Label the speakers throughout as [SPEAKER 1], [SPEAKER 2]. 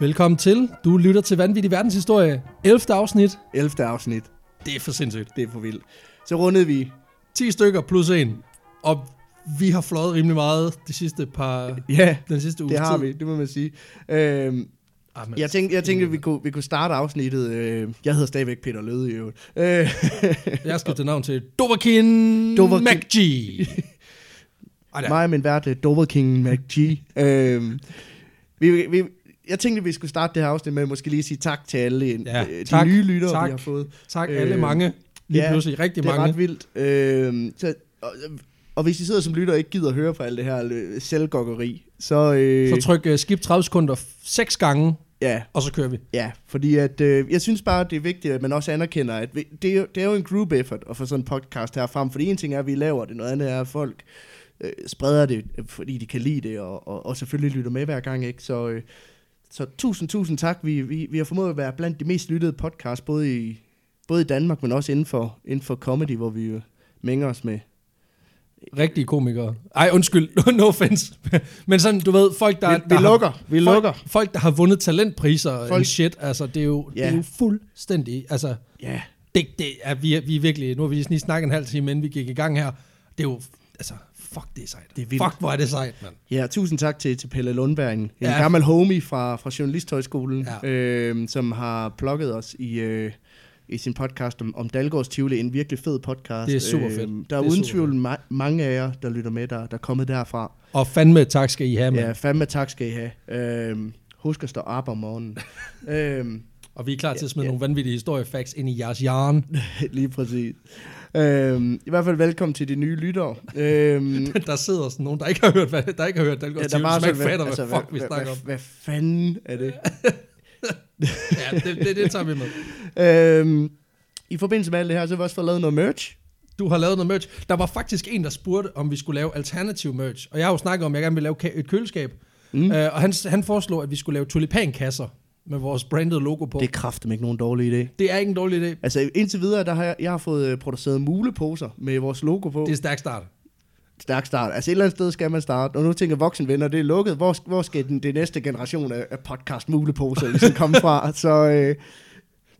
[SPEAKER 1] Velkommen til. Du lytter til Vanvittig Verdenshistorie. 11. afsnit.
[SPEAKER 2] 11. afsnit.
[SPEAKER 1] Det er for sindssygt.
[SPEAKER 2] Det er for vildt. Så rundede vi
[SPEAKER 1] 10 stykker plus en. Og vi har fløjet rimelig meget de sidste par...
[SPEAKER 2] Ja,
[SPEAKER 1] den sidste uge. Ah,
[SPEAKER 2] det har vi, det må man sige. Øhm,
[SPEAKER 1] Amen.
[SPEAKER 2] jeg tænkte, jeg tænkte at vi, kunne, vi kunne starte afsnittet. Øh, jeg hedder stadigvæk Peter Løde i øvrigt. Øh,
[SPEAKER 1] Jeg har skiftet navn til Dovakin,
[SPEAKER 2] Dovahkiin.
[SPEAKER 1] McG. Ej, der.
[SPEAKER 2] mig og min vært, øh, Dover King McG. øhm, vi, vi, jeg tænkte, at vi skulle starte det her afsnit med at måske lige sige tak til alle
[SPEAKER 1] Ja,
[SPEAKER 2] ja, de
[SPEAKER 1] tak,
[SPEAKER 2] nye lyttere,
[SPEAKER 1] tak.
[SPEAKER 2] vi har fået.
[SPEAKER 1] Tak alle
[SPEAKER 2] Øh,
[SPEAKER 1] mange. Lige
[SPEAKER 2] ja,
[SPEAKER 1] pludselig rigtig
[SPEAKER 2] Det er
[SPEAKER 1] mange.
[SPEAKER 2] ret vildt. Øhm, så, og, og hvis I sidder som lytter og ikke gider at høre på alt det her øh, selvgokkeri, så, øh,
[SPEAKER 1] Så tryk uh, skip 30 sekunder f- seks gange,
[SPEAKER 2] ja,
[SPEAKER 1] og så kører vi.
[SPEAKER 2] Ja, fordi at, øh, jeg synes bare, det er vigtigt, at man også anerkender, at vi, det, er jo, det er jo en group effort at få sådan en podcast her frem, fordi en ting er, at vi laver det, noget andet er, at folk øh, spreder det, øh, fordi de kan lide det, og, og, og selvfølgelig lytter med hver gang, ikke? Så, øh, så tusind, tusind tak. Vi, vi, vi har formået at være blandt de mest lyttede podcasts, både i, både i Danmark, men også inden for, inden for comedy, hvor vi jo mænger os med.
[SPEAKER 1] Rigtige komikere. Ej, undskyld. no offense. Men sådan, du ved, folk, der...
[SPEAKER 2] Vi- vi
[SPEAKER 1] der
[SPEAKER 2] lukker.
[SPEAKER 1] Har,
[SPEAKER 2] Vi
[SPEAKER 1] folk,
[SPEAKER 2] lukker.
[SPEAKER 1] Folk, der har vundet talentpriser folk.
[SPEAKER 2] Folk-
[SPEAKER 1] og shit, altså, det er jo,
[SPEAKER 2] Ja.
[SPEAKER 1] det er jo fuldstændig... Altså,
[SPEAKER 2] Ja, yeah.
[SPEAKER 1] det, det er, vi, er, vi er virkelig... Nu har vi lige snit snakket en halv time, inden vi gik i gang her. Det er jo... Altså, fuck, det er sejt.
[SPEAKER 2] Det er vildt.
[SPEAKER 1] Fuck, hvor er det sejt, mand.
[SPEAKER 2] Ja, tusind tak til, til Pelle Lundberg, en
[SPEAKER 1] Ja.
[SPEAKER 2] ja. gammel homie fra, fra Journalisthøjskolen,
[SPEAKER 1] Ja.
[SPEAKER 2] ja. øh, som har plukket os i, øh, i sin podcast om, om Dalgårds Tivoli, en virkelig fed podcast. Øhm,
[SPEAKER 1] Det er super fedt.
[SPEAKER 2] der er,
[SPEAKER 1] Det er
[SPEAKER 2] er uden
[SPEAKER 1] super
[SPEAKER 2] tvivl ma- mange af jer, der lytter med, der, der er kommet derfra.
[SPEAKER 1] Og fandme tak skal I have, mand.
[SPEAKER 2] Ja, fandme tak skal I have. Øh, husk at stå op om morgenen. øh,
[SPEAKER 1] Og vi er klar til at smide nogle vanvittige historiefacts ind i jeres hjerne.
[SPEAKER 2] lige præcis. Øh, I hvert fald velkommen til de nye lyttere. Øh,
[SPEAKER 1] der sidder sådan nogen, der ikke har hørt, hvad, der ikke har hørt Dalgård ja, der som ikke fatter, hvad fuck vi
[SPEAKER 2] hvad, hvad,
[SPEAKER 1] snakker om.
[SPEAKER 2] hvad, hvad fanden er det?
[SPEAKER 1] Ja, det, det, det tager vi med.
[SPEAKER 2] Øhm, I forbindelse med alt det her, så har vi også fået lavet noget merch.
[SPEAKER 1] Du har lavet noget merch. Der var faktisk en, der spurgte, om vi skulle lave alternativ merch. Og jeg har jo snakket om, at jeg gerne vil lave ka- et køleskab. Mm. Øh, og han, han foreslog, at vi skulle lave tulipankasser med vores branded logo på.
[SPEAKER 2] Det er
[SPEAKER 1] Det,
[SPEAKER 2] kraftigt ikke nogen dårlig idé.
[SPEAKER 1] det er ikke en dårlig idé.
[SPEAKER 2] Altså indtil videre, der har jeg, jeg har fået øh, produceret muleposer med vores logo på.
[SPEAKER 1] Det er
[SPEAKER 2] Det...
[SPEAKER 1] stærk start.
[SPEAKER 2] Stærk start. Altså et eller andet sted skal man starte. Og nu tænker voksenvenner, det er lukket. Hvor, hvor skal den, det næste generation af, af podcast muleposer ligesom komme fra? Så øh, det,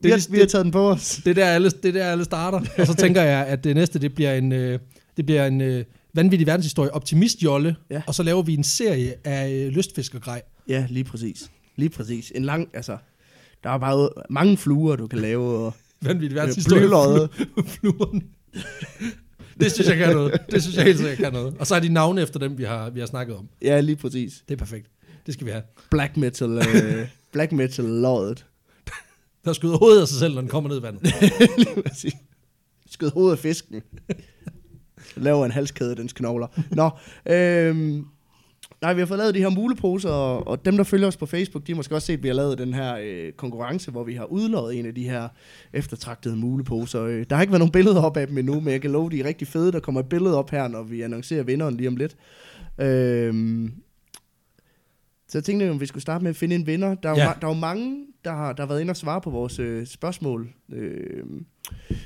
[SPEAKER 2] vi, har,
[SPEAKER 1] ligesom-
[SPEAKER 2] vi har taget den på os.
[SPEAKER 1] Det er der alle, det er der alle starter. Og så tænker jeg, at det næste, det bliver en, øh, det bliver en øh, vanvittig verdenshistorie, optimistjolle. Ja.
[SPEAKER 2] Ja.
[SPEAKER 1] Og så laver vi en serie af øh, lystfiskergrej.
[SPEAKER 2] Ja, lige præcis. Lige præcis. En lang, altså, der er bare mange fluer, du kan lave. Og, øh,
[SPEAKER 1] Vanvittig verdenshistorie.
[SPEAKER 2] verdenshistorie. bløløjet.
[SPEAKER 1] Fluerne. Det synes jeg kan noget. Det synes jeg helt sikkert kan noget. Og så er de navne efter dem, vi har, vi har snakket om.
[SPEAKER 2] ja, lige præcis.
[SPEAKER 1] Det er perfekt. Det skal vi have.
[SPEAKER 2] Black metal, øh, black metal loddet.
[SPEAKER 1] Der skyder hovedet af sig selv, når den kommer ned i vandet.
[SPEAKER 2] Lige præcis. Skød hovedet af fisken. Laver en halskæde af dens knogler. Nå, øhm, nej, vi har fået lavet de her muleposer, og, og dem, der følger os på Facebook, de har måske også set, at vi har lavet den her øh, konkurrence, hvor vi har udlået en af de her eftertragtede muleposer. Øh, der har ikke været nogen billeder op af dem endnu, men jeg kan love, de er rigtig fede. Der kommer et billede op her, når vi annoncerer vinderen lige om lidt. Øhm, så jeg tænkte, om vi skulle starte med at finde en vinder. Der er jo,
[SPEAKER 1] Ja.
[SPEAKER 2] ja. der er jo mange, der har, der har været inde og svare på vores øh, spørgsmål. Øh,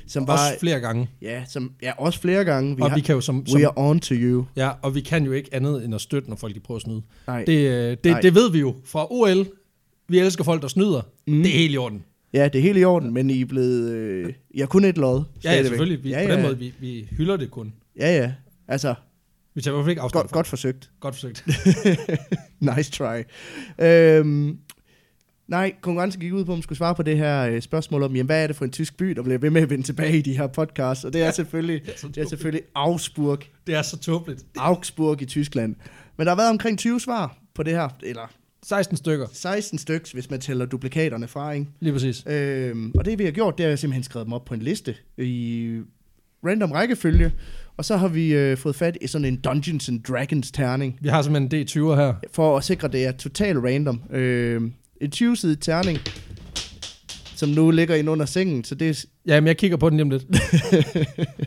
[SPEAKER 2] som var,
[SPEAKER 1] Også flere gange.
[SPEAKER 2] ja, som, ja, også flere gange. Vi
[SPEAKER 1] og
[SPEAKER 2] har,
[SPEAKER 1] vi kan jo som, som
[SPEAKER 2] we are on to you.
[SPEAKER 1] ja, og vi kan jo ikke andet end at støtte, når folk de prøver at snyde.
[SPEAKER 2] Nej.
[SPEAKER 1] Det, øh, det,
[SPEAKER 2] Nej.
[SPEAKER 1] det ved vi jo fra OL. Vi elsker folk, der snyder. Mm.
[SPEAKER 2] Mm.
[SPEAKER 1] Det er helt i orden.
[SPEAKER 2] Ja, det er helt i orden, men I er blevet... Øh, I har kun et
[SPEAKER 1] Ja,
[SPEAKER 2] lod.
[SPEAKER 1] ja
[SPEAKER 2] stadigvæk.
[SPEAKER 1] selvfølgelig. Vi, ja, ja. På den måde, vi, vi hylder det kun.
[SPEAKER 2] Ja, ja. Altså,
[SPEAKER 1] Vi tager i hvert fald ikke afstand
[SPEAKER 2] godt,
[SPEAKER 1] fra
[SPEAKER 2] godt forsøgt.
[SPEAKER 1] det. godt forsøgt.
[SPEAKER 2] nice try. Øhm, nej, konkurrencen gik ud på, om man skulle svare på det her øh, spørgsmål om, jamen, hvad er det for en tysk by, der bliver ved med at vende tilbage i de her podcasts? Og det er selvfølgelig,
[SPEAKER 1] så
[SPEAKER 2] det er selvfølgelig Augsburg.
[SPEAKER 1] Det er så tåbeligt.
[SPEAKER 2] Augsburg i Tyskland. Men der har været omkring 20 svar på det her, eller
[SPEAKER 1] 16 stykker,
[SPEAKER 2] 16 styks, hvis man tæller duplikaterne fra, ikke?
[SPEAKER 1] lige præcis.
[SPEAKER 2] Øhm, og det vi har gjort, det er, at jeg simpelthen skrevet dem op på en liste i random rækkefølge. Og så har vi øh, fået fat i sådan en Dungeons and Dragons terning,
[SPEAKER 1] Vi har simpelthen en D20'er her.
[SPEAKER 2] for at sikre, at det er totalt random. Øhm, en 20-sidig terning, som nu ligger inde under sengen, så det er s-
[SPEAKER 1] Ja, men jeg kigger på den lige om lidt.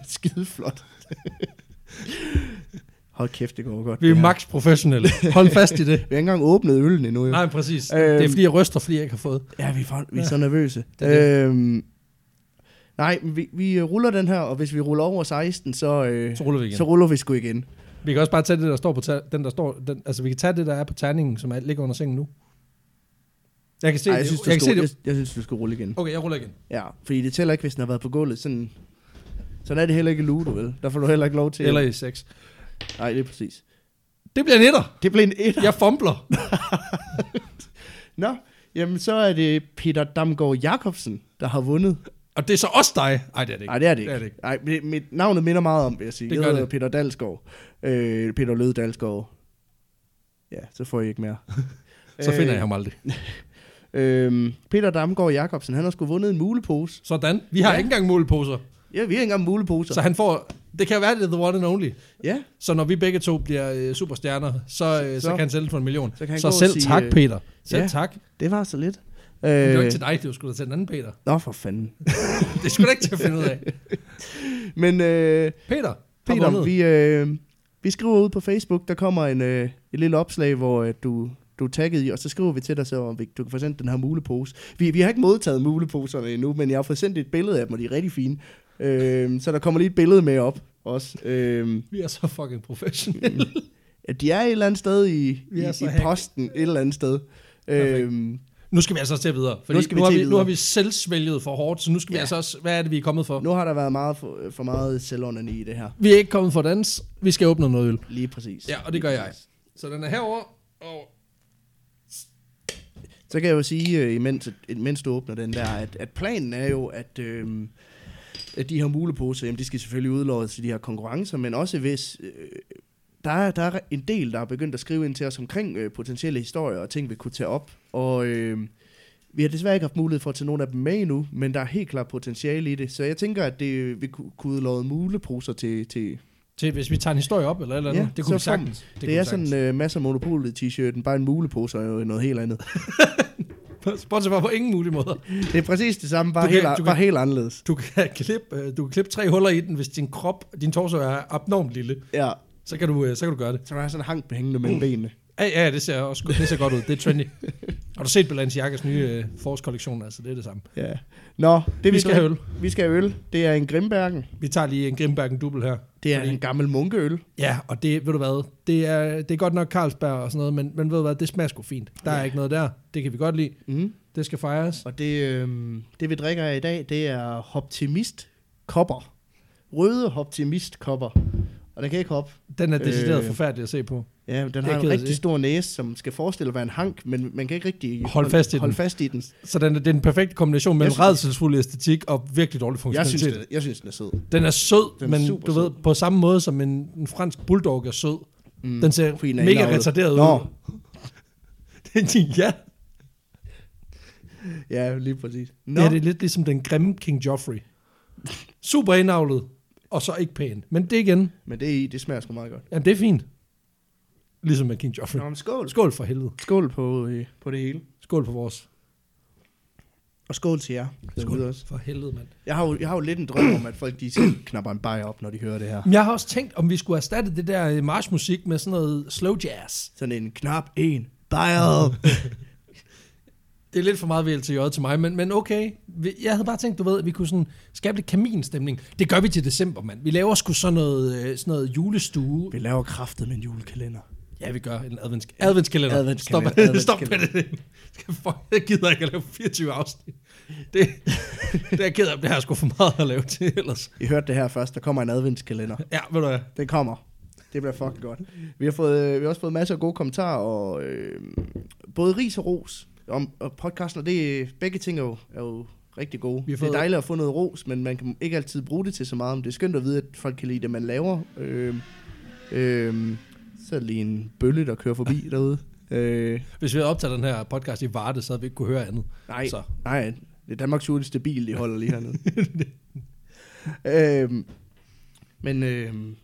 [SPEAKER 2] skide flot. Hold kæft, det går godt.
[SPEAKER 1] Vi er
[SPEAKER 2] det her.
[SPEAKER 1] max professionelle. Hold fast i det.
[SPEAKER 2] Vi har ikke engang åbnet øllen endnu. Jo.
[SPEAKER 1] Nej, præcis.
[SPEAKER 2] Øhm.
[SPEAKER 1] Det er fordi, jeg ryster, fordi jeg ikke har fået.
[SPEAKER 2] Ja, vi er, for, vi er så nervøse.
[SPEAKER 1] Det er
[SPEAKER 2] Øhm, nej, men vi, vi øh, ruller den her, og hvis vi ruller over 16, så, øh,
[SPEAKER 1] Så ruller vi igen.
[SPEAKER 2] så ruller vi sgu igen.
[SPEAKER 1] Vi kan også bare tage det, der står på ta- den, der står... Den, altså, vi kan tage det, der er på terningen, som er, ligger under sengen nu. Jeg kan se
[SPEAKER 2] Ej, jeg
[SPEAKER 1] det.
[SPEAKER 2] synes, du
[SPEAKER 1] jeg kan se det.
[SPEAKER 2] skal, jeg, jeg synes, du skal rulle igen.
[SPEAKER 1] Okay, jeg ruller igen.
[SPEAKER 2] Ja, fordi det tæller ikke, hvis den har været på gulvet. Sådan, sådan er det heller ikke i Ludo, vel? Der får du heller ikke lov til.
[SPEAKER 1] Eller i 6.
[SPEAKER 2] Nej, det er præcis.
[SPEAKER 1] Det bliver en etter.
[SPEAKER 2] Det blev en etter.
[SPEAKER 1] Jeg fumbler.
[SPEAKER 2] Nå, jamen så er det Peter Damgaard Jacobsen, der har vundet.
[SPEAKER 1] Og det er så også dig. Nej, det er det ikke.
[SPEAKER 2] Nej, det er det
[SPEAKER 1] Det er det
[SPEAKER 2] ikke.
[SPEAKER 1] ikke.
[SPEAKER 2] Nej, mit, mit navnet minder meget om, vil jeg
[SPEAKER 1] Det
[SPEAKER 2] sige. Det jeg
[SPEAKER 1] gør
[SPEAKER 2] hedder
[SPEAKER 1] det.
[SPEAKER 2] Peter Dalsgaard. Øh, Peter Lød Dalsgaard. Ja, så får I ikke mere.
[SPEAKER 1] Så finder
[SPEAKER 2] Øh,
[SPEAKER 1] jeg ham aldrig.
[SPEAKER 2] Øhm, Peter Damgaard Jacobsen, han har sgu vundet en mulepose.
[SPEAKER 1] Sådan. Vi har
[SPEAKER 2] Ja.
[SPEAKER 1] ja. ikke engang måleposer.
[SPEAKER 2] Ja, vi har ikke engang muleposer.
[SPEAKER 1] Så han får... Det kan være, det er the one and only.
[SPEAKER 2] Ja,
[SPEAKER 1] Så når vi begge to bliver øh, superstjerner, så, øh, så,
[SPEAKER 2] Så-
[SPEAKER 1] så kan han sælge for en million.
[SPEAKER 2] så kan han
[SPEAKER 1] så
[SPEAKER 2] gå og
[SPEAKER 1] selv
[SPEAKER 2] sige,
[SPEAKER 1] tak,
[SPEAKER 2] øh,
[SPEAKER 1] Peter. Selv
[SPEAKER 2] ja.
[SPEAKER 1] tak.
[SPEAKER 2] det var så lidt.
[SPEAKER 1] Det var
[SPEAKER 2] Øh,
[SPEAKER 1] ikke til dig, det var sgu da til den anden Peter.
[SPEAKER 2] nå, for fanden.
[SPEAKER 1] Det skulle da ikke til at finde ud af.
[SPEAKER 2] Men øh,
[SPEAKER 1] Peter, Peter
[SPEAKER 2] Peter, vi, øh, vi skriver ud på Facebook, der kommer en, øh, et lille opslag, hvor øh, du, du er tagget i, og så skriver vi til dig, så om vi, du kan få sendt den her mulepose. Vi, vi har ikke modtaget muleposerne endnu, men jeg har fået sendt et billede af dem, og de er rigtig fine. Øh, så der kommer lige et billede med op også. Øh,
[SPEAKER 1] vi er så fucking professionelle.
[SPEAKER 2] at de er et eller andet sted i,
[SPEAKER 1] Vi
[SPEAKER 2] i,
[SPEAKER 1] er så
[SPEAKER 2] i
[SPEAKER 1] hack.
[SPEAKER 2] posten, et eller andet sted.
[SPEAKER 1] Perfekt.
[SPEAKER 2] Øh,
[SPEAKER 1] Nu skal vi altså også til at videre. Fordi nu, skal vi nu, har, vi, nu har vi selv svælget for hårdt, så nu skal ja. vi
[SPEAKER 2] Ja.
[SPEAKER 1] altså også... Hvad er det, vi er kommet for?
[SPEAKER 2] nu har der været meget for, for meget selvonani i det her.
[SPEAKER 1] Vi er ikke kommet for at danse. Vi skal åbne noget øl.
[SPEAKER 2] Lige præcis.
[SPEAKER 1] Ja, og det gør jeg. Så den er herover. Og
[SPEAKER 2] Så kan jeg jo sige, øh, imens, imens du åbner den der, at, at planen er jo, at, øh, at de her muleposer, jamen, de skal selvfølgelig udlådes til de her konkurrencer, men også hvis... Øh, der er, der er en del, der er begyndt at skrive ind til os omkring øh, potentielle historier og ting, vi kunne tage op. Og øh, vi har desværre ikke haft mulighed for at tage nogle af dem med endnu, men der er helt klart potentiale i det. Så jeg tænker, at det, øh, vi kunne kunne udlåde muleposer til, til,
[SPEAKER 1] til, hvis vi tager en historie op eller et eller andet.
[SPEAKER 2] Ja,
[SPEAKER 1] Ja, det kunne vi
[SPEAKER 2] så får man-
[SPEAKER 1] sagtens.
[SPEAKER 2] Det,
[SPEAKER 1] kunne
[SPEAKER 2] det er
[SPEAKER 1] vi sagtens.
[SPEAKER 2] sådan øh, masser af monopolet-t-shirten, bare en mulepose er jo noget helt andet.
[SPEAKER 1] Bortset fra på ingen mulig måde.
[SPEAKER 2] Det er præcis det samme, bare,
[SPEAKER 1] Du kan-
[SPEAKER 2] helt,
[SPEAKER 1] du
[SPEAKER 2] kan...
[SPEAKER 1] kan-
[SPEAKER 2] bare helt anderledes.
[SPEAKER 1] Du kan, klippe, øh, du kan klippe tre huller i den, hvis din krop, din torso er abnormt lille.
[SPEAKER 2] Ja,
[SPEAKER 1] Så kan du, øh, så kan du gøre det.
[SPEAKER 2] så der er sådan en hank hængende mellem benene.
[SPEAKER 1] Ja, ja, det ser også det ser godt ud. Det er trendy. Har du set Balenciagas nye øh, forårskollektion? Altså, det er det samme.
[SPEAKER 2] Ja. Nå, det
[SPEAKER 1] Vi skal have
[SPEAKER 2] drikker-
[SPEAKER 1] øl.
[SPEAKER 2] Vi skal have øl. Det er en Grimbergen.
[SPEAKER 1] Vi tager lige en Grimbergen dubbel her.
[SPEAKER 2] Det er
[SPEAKER 1] Fordi-
[SPEAKER 2] en gammel munkeøl.
[SPEAKER 1] Ja, og det, ved du hvad, det er, det er godt nok Carlsberg og sådan noget, men, men ved du hvad, det smager sgu fint. Der er
[SPEAKER 2] Ja.
[SPEAKER 1] ikke noget der. Det kan vi godt lide.
[SPEAKER 2] Mm.
[SPEAKER 1] Det skal fejres.
[SPEAKER 2] Og det, øh, det vi drikker af i dag, det er Optimist kopper. Røde Optimist kopper. Og den kan ikke hoppe.
[SPEAKER 1] Den er decideret
[SPEAKER 2] Øh.
[SPEAKER 1] øh, forfærdig at se på.
[SPEAKER 2] Ja, men den
[SPEAKER 1] er
[SPEAKER 2] har en
[SPEAKER 1] ked af
[SPEAKER 2] rigtig
[SPEAKER 1] det.
[SPEAKER 2] stor næse, som skal forestille at være en hank, men man kan ikke rigtig
[SPEAKER 1] Hold fast i den.
[SPEAKER 2] holde fast i den.
[SPEAKER 1] Så den, det er den perfekte kombination mellem
[SPEAKER 2] synes-
[SPEAKER 1] redselsfuld æstetik og virkelig dårlig
[SPEAKER 2] Jeg synes,
[SPEAKER 1] funktionalitet.
[SPEAKER 2] den, jeg synes, den er sød.
[SPEAKER 1] Den er sød,
[SPEAKER 2] Den
[SPEAKER 1] den
[SPEAKER 2] er
[SPEAKER 1] er men
[SPEAKER 2] super
[SPEAKER 1] du ved, på samme måde som en, en fransk bulldog er sød.
[SPEAKER 2] Mm.
[SPEAKER 1] Mm. Den ser
[SPEAKER 2] Fordi den er
[SPEAKER 1] mega
[SPEAKER 2] indavlet.
[SPEAKER 1] retarderet
[SPEAKER 2] Nå.
[SPEAKER 1] ud. Den- ja.
[SPEAKER 2] Ja, lige præcis. Nå.
[SPEAKER 1] Nå. ja, det er lidt ligesom den grimme King Joffrey. Super indavlet, og så ikke pæn. Men det igen,
[SPEAKER 2] Men det, er i, det smager sgu meget godt.
[SPEAKER 1] jamen det er fint. Ligesom med King Joffrey.
[SPEAKER 2] Nå, men skål.
[SPEAKER 1] Skål for helvede.
[SPEAKER 2] Skål på, øh, på det hele.
[SPEAKER 1] Skål for vores. øh,
[SPEAKER 2] Og skål til jer. Skål. Også.
[SPEAKER 1] For helvede, mand.
[SPEAKER 2] Jeg har, jo, jeg har jo lidt en drøm om, at folk de skal knapper en bajer op, når de hører det her.
[SPEAKER 1] Men Jeg har også tænkt, om vi skulle erstatte det der øh, marchmusik med sådan noget slow jazz.
[SPEAKER 2] Sådan en knap en bajer op.
[SPEAKER 1] Det er lidt for meget VLTJ til mig, men, men okay. Vi- Jeg havde bare tænkt, du ved, at vi kunne sådan skabe lidt kaminstemning. Det gør vi til december, mand. Vi laver sgu sådan noget, øh, sådan noget julestue.
[SPEAKER 2] Vi laver kraftet med en julekalender.
[SPEAKER 1] Ja, vi gør en advents, adventskalender.
[SPEAKER 2] Adventskalender,
[SPEAKER 1] Stop, adventskalender. stop med
[SPEAKER 2] adventskalender.
[SPEAKER 1] det. Skal- Fuck, jeg gider ikke at lave 24 afsnit. Det, det er jeg ked af, det har jeg sgu for meget at lave til ellers.
[SPEAKER 2] I hørte det her først, der kommer en adventskalender.
[SPEAKER 1] Ja, ved du hvad?
[SPEAKER 2] Den kommer. Det bliver fucking godt. Vi har, fået, øh, vi har også fået masser af gode kommentarer, og øh, både ris og ros om og podcasten, og det, begge ting er jo, er jo rigtig gode.
[SPEAKER 1] Vi har
[SPEAKER 2] Det
[SPEAKER 1] fået-
[SPEAKER 2] er dejligt at få noget ros, men man kan ikke altid bruge det til så meget, men det er skønt at vide, at folk kan lide det, man laver. Øh, øh, så er der lige en bølle, der kører forbi derude. Øh,
[SPEAKER 1] Hvis vi havde optaget den her podcast i Varde, så havde vi ikke kunne høre andet.
[SPEAKER 2] nej,
[SPEAKER 1] Så.
[SPEAKER 2] nej, det er Danmarks hurtigste bil, de holder lige hernede. øhm, men øhm,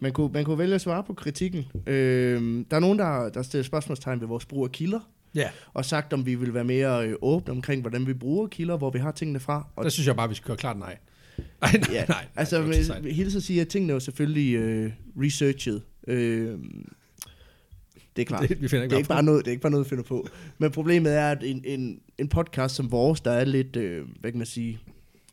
[SPEAKER 2] man, kunne, man kunne vælge at svare på kritikken. Øhm, der er nogen, der, der stiller spørgsmålstegn ved vores brug af kilder,
[SPEAKER 1] Ja,
[SPEAKER 2] og sagt, om vi vil være mere øh, åbne omkring, hvordan vi bruger kilder, hvor vi har tingene fra. Og,
[SPEAKER 1] og der synes jeg bare, vi skal køre klart nej. Ej, nej, nej, nej.
[SPEAKER 2] altså,
[SPEAKER 1] det er ikke så sejt.
[SPEAKER 2] jeg hilser at sige, at tingene er jo selvfølgelig øh, researchet. Øh, det er klart.
[SPEAKER 1] Det- vi finder ikke
[SPEAKER 2] det er ikke
[SPEAKER 1] bare
[SPEAKER 2] bare noget, det er ikke bare noget, vi finder på. Men problemet er, at en, en, en podcast som vores, der er lidt, øh, hvad kan man sige,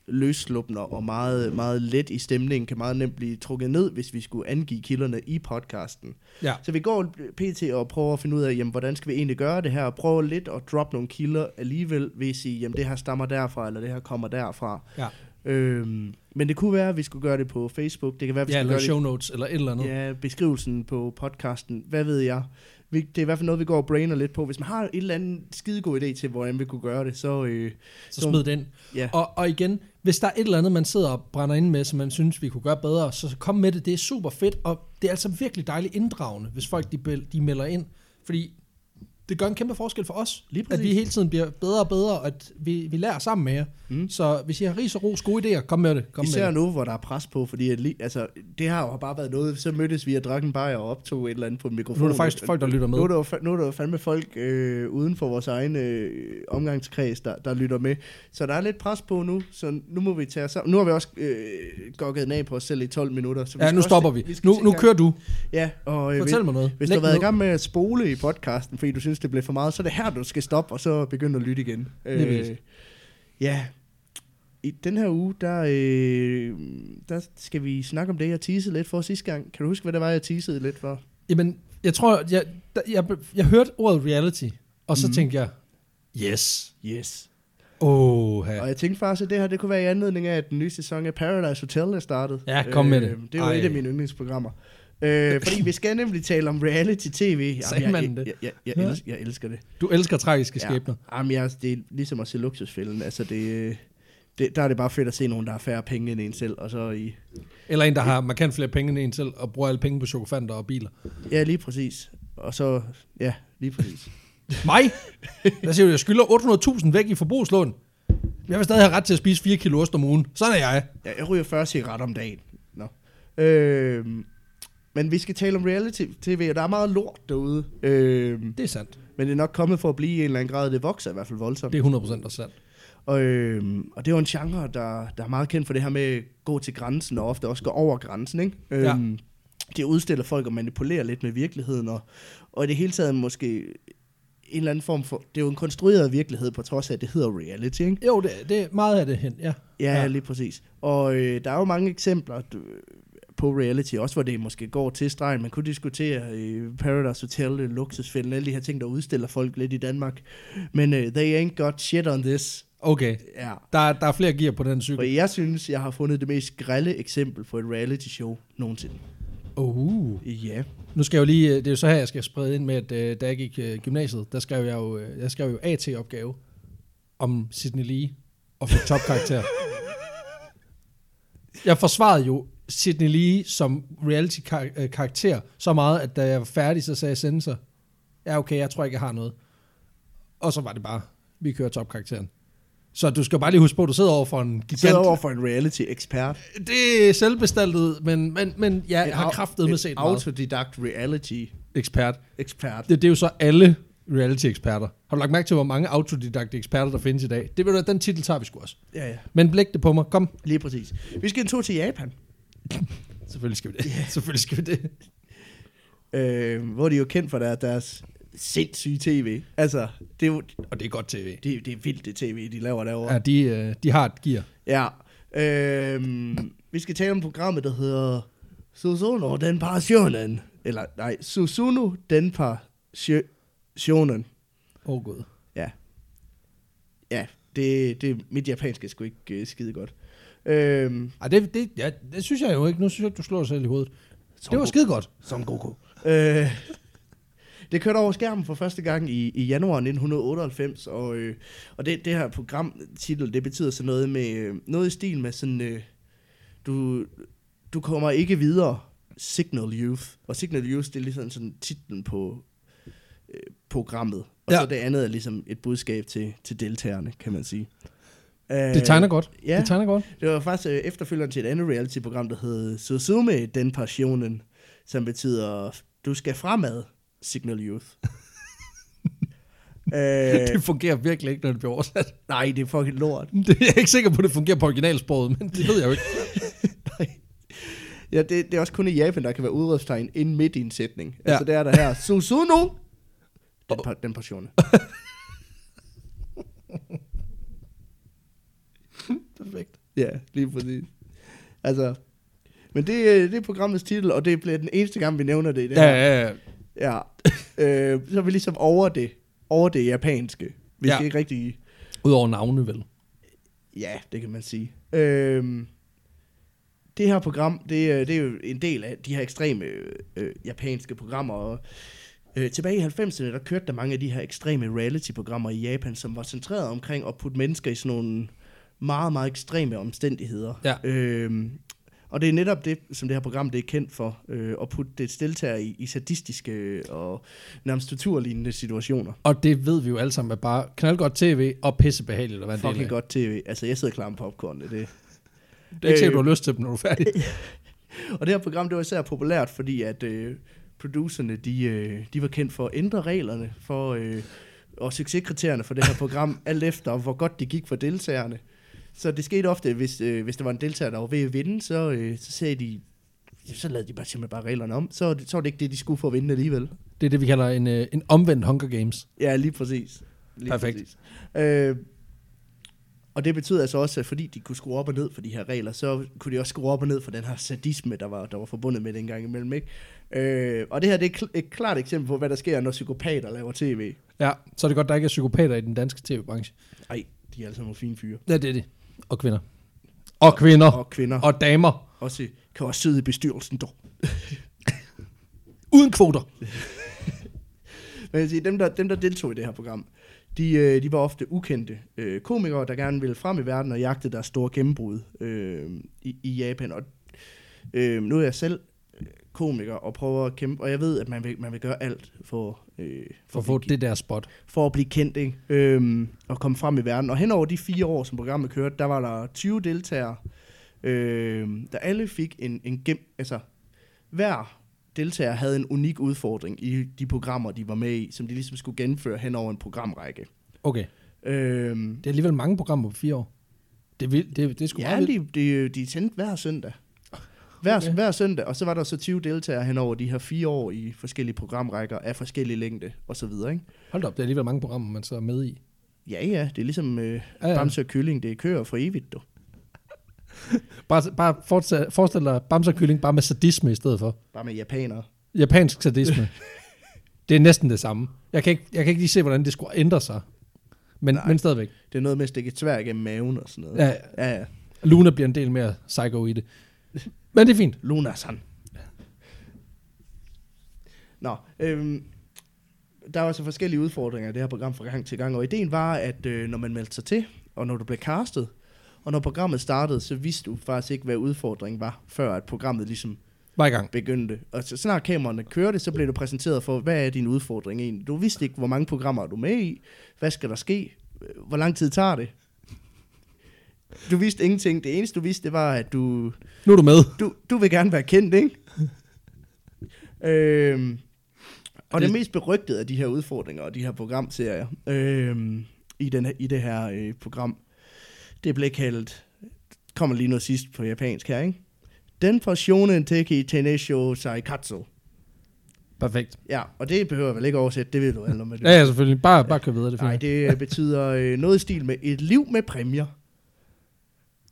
[SPEAKER 2] løsslupner og meget, meget let i stemningen, kan meget nemt blive trukket ned, hvis vi skulle angive kilderne i podcasten.
[SPEAKER 1] Ja.
[SPEAKER 2] Så vi går pt. og prøver at finde ud af, jamen, hvordan skal vi egentlig gøre det her, og prøver lidt at droppe nogle kilder alligevel, ved at sige, jamen det her stammer derfra, eller det her kommer derfra.
[SPEAKER 1] Ja.
[SPEAKER 2] Øhm, men det kunne være, at vi skulle gøre det på Facebook, det kan være, at vi
[SPEAKER 1] Ja,
[SPEAKER 2] skulle
[SPEAKER 1] eller
[SPEAKER 2] gøre det
[SPEAKER 1] show notes, eller et eller andet.
[SPEAKER 2] Ja, beskrivelsen på podcasten. Hvad ved jeg? Vi, det er i hvert fald noget, vi går og brainer lidt på. Hvis man har et eller andet skidegod idé til, hvordan vi kunne gøre det, så... Øh,
[SPEAKER 1] Så smid den.
[SPEAKER 2] ja.
[SPEAKER 1] Og, og igen, hvis der er et eller andet, man sidder og brænder ind med, som man synes, vi kunne gøre bedre, så kom med det. Det er super fedt, og det er altså virkelig dejligt inddragende, hvis folk de, bel- de melder ind. Fordi det gør en kæmpe forskel for os,
[SPEAKER 2] Lige
[SPEAKER 1] at vi hele tiden bliver bedre og bedre, og at vi, vi lærer sammen med jer.
[SPEAKER 2] Mm.
[SPEAKER 1] Mm. Så hvis I har ris og ros, gode idéer, kom med det. Kom
[SPEAKER 2] Især
[SPEAKER 1] med det.
[SPEAKER 2] nu, hvor der er pres på, fordi at lige, altså, det her har bare været noget, så mødtes vi og drak en bajer og optog et eller andet på mikrofonen.
[SPEAKER 1] Nu er der faktisk folk, der lytter med.
[SPEAKER 2] Nu er der, jo fa- nu er der jo fandme folk øh, uden for vores egen øh, omgangskreds, der, der lytter med. Så der er lidt pres på nu, så nu må vi tage os sammen. Nu har vi også øh, gokket den af på os selv i 12 minutter. Så vi
[SPEAKER 1] Ja,
[SPEAKER 2] skal
[SPEAKER 1] nu
[SPEAKER 2] også-
[SPEAKER 1] stopper vi.
[SPEAKER 2] skal
[SPEAKER 1] Nu,
[SPEAKER 2] til
[SPEAKER 1] nu
[SPEAKER 2] gang.
[SPEAKER 1] kører du.
[SPEAKER 2] Ja, og øh, vi-
[SPEAKER 1] Fortæl mig noget.
[SPEAKER 2] Hvis
[SPEAKER 1] Læg
[SPEAKER 2] du har været i
[SPEAKER 1] noget.
[SPEAKER 2] gang med at spole i podcasten, fordi du synes, det blev for meget, så er det her, du skal stoppe, og så begynde at lytte igen. Øh,
[SPEAKER 1] Lige præcis.
[SPEAKER 2] ja. I den her uge, der, øh, der skal vi snakke om det, jeg teasede lidt for sidste gang. Kan du huske, hvad det var, jeg teasede lidt for?
[SPEAKER 1] Jamen, jeg tror, jeg, jeg, jeg, jeg hørte ordet reality, og så
[SPEAKER 2] Mm.
[SPEAKER 1] mm. tænkte jeg, yes.
[SPEAKER 2] Yes.
[SPEAKER 1] Åh,
[SPEAKER 2] Og jeg tænkte faktisk, at det her det kunne være i anledning af, at den nye sæson af Paradise Hotel er startet. Øh,
[SPEAKER 1] Ja, kom med det.
[SPEAKER 2] Det er jo
[SPEAKER 1] Ej.
[SPEAKER 2] et af mine yndlingsprogrammer. Øh, fordi vi skal nemlig tale om reality-tv.
[SPEAKER 1] Sagde
[SPEAKER 2] jeg,
[SPEAKER 1] man det?
[SPEAKER 2] Jeg, jeg, jeg,
[SPEAKER 1] Ja.
[SPEAKER 2] elsker, jeg elsker det.
[SPEAKER 1] du elsker tragiske skæbner.
[SPEAKER 2] Ja. Jamen, jeg, det er ligesom at se luksusfælden. Altså, det, det, der er det bare fedt at se nogen, der har færre penge end en selv. Og så i...
[SPEAKER 1] Eller en, der har markant flere penge end en selv, og bruger alle penge på chokofanter og biler.
[SPEAKER 2] Ja, lige præcis. Og så, ja, lige præcis.
[SPEAKER 1] Mig? Der siger du, jeg skylder 800.000 væk i forbrugslån. Jeg vil stadig have ret til at spise 4 kilo ost om ugen. Sådan er jeg.
[SPEAKER 2] Ja, jeg ryger 40 cigaretter om dagen. Nå. Øhm, men vi skal tale om reality-tv, og der er meget lort derude. Øhm,
[SPEAKER 1] Det er sandt.
[SPEAKER 2] men det er nok kommet for at blive i en eller anden grad. Det vokser i hvert fald voldsomt.
[SPEAKER 1] Det er 100% også sandt.
[SPEAKER 2] Og, øhm, og det er jo en genre, der, der er meget kendt for det her med at gå til grænsen, og ofte også gå over grænsen. Ikke?
[SPEAKER 1] Ja.
[SPEAKER 2] Øhm, Det udstiller folk og manipulerer lidt med virkeligheden, og, og i det hele taget måske en eller anden form for... Det er jo en konstrueret virkelighed, på trods af, at det hedder reality, ikke?
[SPEAKER 1] Jo, det, det er meget af det hen, ja.
[SPEAKER 2] Ja, ja.
[SPEAKER 1] Ja.
[SPEAKER 2] lige præcis. Og øh, der er jo mange eksempler du, på reality, også hvor det måske går til stregen. Man kunne diskutere øh, Paradise Hotel, øh, Luksusfælden, alle de her ting, der udstiller folk lidt i Danmark. Men øh, they ain't got shit on this.
[SPEAKER 1] Okay,
[SPEAKER 2] Ja,
[SPEAKER 1] der, er- der er flere gear på den cykel.
[SPEAKER 2] og jeg synes, jeg har fundet det mest grælde eksempel på et reality show nogensinde.
[SPEAKER 1] Oh.
[SPEAKER 2] Ja.
[SPEAKER 1] Nu skal jeg jo lige, øh, det er jo så her, jeg skal sprede ind med, at øh, da jeg gik øh, gymnasiet, der skrev jeg jo, øh, jeg skrev jo AT-opgave om Sidney Lee og fik topkarakter. jeg forsvarede jo Sidney Lee som reality-karakter så meget, at da jeg var færdig, så sagde sensor, ja okay, jeg tror ikke, jeg har noget. Og så var det bare, vi kører topkarakteren. Så du skal bare lige huske på, at du sidder over for en
[SPEAKER 2] Jeg sidder
[SPEAKER 1] gigant.
[SPEAKER 2] over for en reality-ekspert.
[SPEAKER 1] Det er selvbestaltet, men, men, men ja, jeg har kraftet med set meget.
[SPEAKER 2] autodidakt reality-ekspert.
[SPEAKER 1] Ekspert. Det, det er jo så alle reality-eksperter. Har du lagt mærke til, hvor mange autodidakte eksperter, der findes i dag? Det ved du, hvad, den titel tager vi sgu også.
[SPEAKER 2] Ja, ja.
[SPEAKER 1] Men blæk det på mig. Kom.
[SPEAKER 2] Lige præcis. Vi skal en tur til Japan,
[SPEAKER 1] Selvfølgelig skal vi det. Yeah. Selvfølgelig skal vi det.
[SPEAKER 2] øh, hvor de er jo kendt for der, deres sindssyge tv. Altså, det er jo
[SPEAKER 1] Og det er godt tv.
[SPEAKER 2] det, det er vildt, det tv, de laver derovre.
[SPEAKER 1] Ja, de, øh, de har et gear.
[SPEAKER 2] Ja. Øhm, vi skal tale om programmet, der hedder Susuno den par shonen. Eller nej, Susuno den par Sho- shonen.
[SPEAKER 1] Åh oh, gud.
[SPEAKER 2] Ja. Ja, det, det, mit japanske er sgu ikke øh, skide godt. Øhm,
[SPEAKER 1] Ej, det, det, ja, det synes jeg jo ikke. Nu synes jeg, du slår dig selv i hovedet. Det var
[SPEAKER 2] Goku.
[SPEAKER 1] skide godt.
[SPEAKER 2] Som Goku. Øh, det kørte over skærmen for første gang i, i januar 1998, og, øh, og det, det her programtitel, det betyder sådan noget med øh, noget i stil med sådan, øh, du, du kommer ikke videre, Signal Youth. Og Signal Youth, det er ligesom sådan titlen på øh, programmet. Og ja.
[SPEAKER 1] Ja.
[SPEAKER 2] så det andet er ligesom et budskab til, til deltagerne, kan man sige. Øh,
[SPEAKER 1] Det tegner godt.
[SPEAKER 2] ja.
[SPEAKER 1] Det tegner godt.
[SPEAKER 2] det var faktisk øh, efterfølgeren til et andet reality-program, der hed Suzume den passionen, som betyder, du skal fremad, Signal Youth. øh,
[SPEAKER 1] Det fungerer virkelig ikke, når det bliver oversat.
[SPEAKER 2] nej, det er fucking lort.
[SPEAKER 1] Det, jeg er ikke sikker på, at det fungerer på originalsproget, men det ved jeg jo ikke.
[SPEAKER 2] Ja, det, det er også kun i Japan, der kan være udrøbstegn inden midt i en sætning. Ja.
[SPEAKER 1] Ja.
[SPEAKER 2] Altså, det er der her, Suzuno, den, pa- den passionen.
[SPEAKER 1] Perfekt.
[SPEAKER 2] Ja, lige præcis. Altså, men det, øh, det er programmets titel, og det bliver den eneste gang, vi nævner det i det
[SPEAKER 1] Ja,
[SPEAKER 2] her.
[SPEAKER 1] ja, ja.
[SPEAKER 2] Ja. Øh, så er vi ligesom over det, over det japanske. Vi
[SPEAKER 1] Ja.
[SPEAKER 2] ja. skal ikke rigtig...
[SPEAKER 1] Udover navne, vel?
[SPEAKER 2] Ja, det kan man sige. Øh, det her program, det, øh, det er jo en del af de her ekstreme øh, øh, japanske programmer. Og, øh, tilbage i 90'erne, der kørte der mange af de her ekstreme reality-programmer i Japan, som var centreret omkring at putte mennesker i sådan nogle meget, meget ekstreme omstændigheder.
[SPEAKER 1] Ja.
[SPEAKER 2] Øh, og det er netop det, som det her program det er kendt for, øh, at putte det deltager i, i sadistiske øh, og nærmest torturlignende situationer.
[SPEAKER 1] Og det ved vi jo alle sammen er bare knaldgodt tv og pissebehageligt at være en del
[SPEAKER 2] Fucking
[SPEAKER 1] af.
[SPEAKER 2] godt tv. Altså, jeg sidder klar med popcorn. Det. er det.
[SPEAKER 1] Det er ikke sikkert,
[SPEAKER 2] Øh.
[SPEAKER 1] du har lyst til dem, når du er færdig.
[SPEAKER 2] Og det her program, det var især populært, fordi at øh, producerne, de, øh, de var kendt for at ændre reglerne for, øh, og succeskriterierne for det her program, alt efter, hvor godt det gik for deltagerne. Så det skete ofte, hvis, øh, hvis der var en deltager, der var ved at vinde, så, øh, så sagde de, så lavede de bare simpelthen bare reglerne om. Så, var det- så var det ikke det, de skulle for at vinde alligevel.
[SPEAKER 1] Det er det, vi kalder en, øh, en omvendt Hunger Games.
[SPEAKER 2] Ja, lige præcis. Lige
[SPEAKER 1] Perfekt.
[SPEAKER 2] Præcis. Øh, og det betyder altså også, at fordi de kunne skrue op og ned for de her regler, så kunne de også skrue op og ned for den her sadisme, der var, der var forbundet med det en gang imellem. Ikke? Øh, og det her det er kl- et klart eksempel på, hvad der sker, når psykopater laver tv.
[SPEAKER 1] Ja, så er det godt, der ikke er psykopater i den danske tv-branche.
[SPEAKER 2] Ej, de er altså nogle fine fyre.
[SPEAKER 1] Ja, det er det. Og kvinder. Og kvinder.
[SPEAKER 2] Og kvinder. Og
[SPEAKER 1] Og damer.
[SPEAKER 2] også, kan også sidde i bestyrelsen dog.
[SPEAKER 1] Uden kvoter.
[SPEAKER 2] Men jeg siger, dem, der, dem, der deltog i det her program, de, øh, de var ofte ukendte øh, komikere, der gerne ville frem i verden og jagte deres store gennembrud øh, i, i Japan. Og øh, nu er jeg selv øh, komiker og prøver at kæmpe, og jeg ved, at man vil, man vil gøre alt for, øh,
[SPEAKER 1] For at
[SPEAKER 2] blive-
[SPEAKER 1] få det der spot.
[SPEAKER 2] for at blive kendt ikke? Øhm, og komme frem i verden. Og henover de fire år, som programmet kørte, der var der 20 deltagere, øhm, der alle fik en, en gem... Altså, hver deltager havde en unik udfordring i de programmer, de var med i, som de ligesom skulle gennemføre henover en programrække.
[SPEAKER 1] Okay.
[SPEAKER 2] Øhm,
[SPEAKER 1] Det er alligevel mange programmer på fire år. Det er, vildt. det, det er sgu
[SPEAKER 2] ja,
[SPEAKER 1] meget vildt.
[SPEAKER 2] de, de, de sendte hver søndag. Hver,
[SPEAKER 1] Okay.
[SPEAKER 2] okay. hver søndag, og så var der så 20 deltagere henover de her fire år i forskellige programrækker af forskellige længde og så videre, ikke?
[SPEAKER 1] Hold da op, det er alligevel mange programmer, man så er med i.
[SPEAKER 2] Ja, ja, det er ligesom øh,
[SPEAKER 1] Ja, ja.
[SPEAKER 2] Bamse og Kylling, det kører for evigt, du.
[SPEAKER 1] Bare, bare fortsæt, forestil dig Bamse og Kylling bare med sadisme i stedet for.
[SPEAKER 2] Bare med japanere.
[SPEAKER 1] Japansk sadisme. det er næsten det samme. Jeg kan, ikke, jeg kan ikke lige se, hvordan det skulle ændre sig. Men, men stadigvæk.
[SPEAKER 2] Det er noget med at stikke et svær gennem maven og sådan noget.
[SPEAKER 1] Ja,
[SPEAKER 2] ja, ja.
[SPEAKER 1] Luna bliver en del mere psycho i det. Men det er fint.
[SPEAKER 2] Lunasan. Nå, øhm, der var så forskellige udfordringer i det her program fra gang til gang, og ideen var, at øh, når man meldte sig til, og når du blev castet, og når programmet startede, så vidste du faktisk ikke, hvad udfordringen var, før at programmet ligesom
[SPEAKER 1] Bare i gang.
[SPEAKER 2] begyndte. Og så snart kameraerne kørte, så blev du præsenteret for, hvad er din udfordring egentlig? Du vidste ikke, hvor mange programmer er du med i? Hvad skal der ske? Hvor lang tid tager det? Du vidste ingenting. Det eneste, du vidste, det var, at du,
[SPEAKER 1] Nu er du med.
[SPEAKER 2] du, du vil gerne være kendt, ikke? øhm, og det,
[SPEAKER 1] Det-
[SPEAKER 2] mest berygtede af de her udfordringer og de her programserier øhm, i, den, her- i det her øh, program, det blev kaldt, kommer lige noget sidst på japansk her, ikke? Den fra Shonen Teki Tenesho Saikatsu.
[SPEAKER 1] Perfekt.
[SPEAKER 2] Ja, og det behøver jeg vel ikke oversætte, det ved du alle om.
[SPEAKER 1] Ja, ja selvfølgelig. Bare, bare kør videre, det er
[SPEAKER 2] Nej,
[SPEAKER 1] fint.
[SPEAKER 2] det øh, betyder øh, noget i stil med et liv med præmier.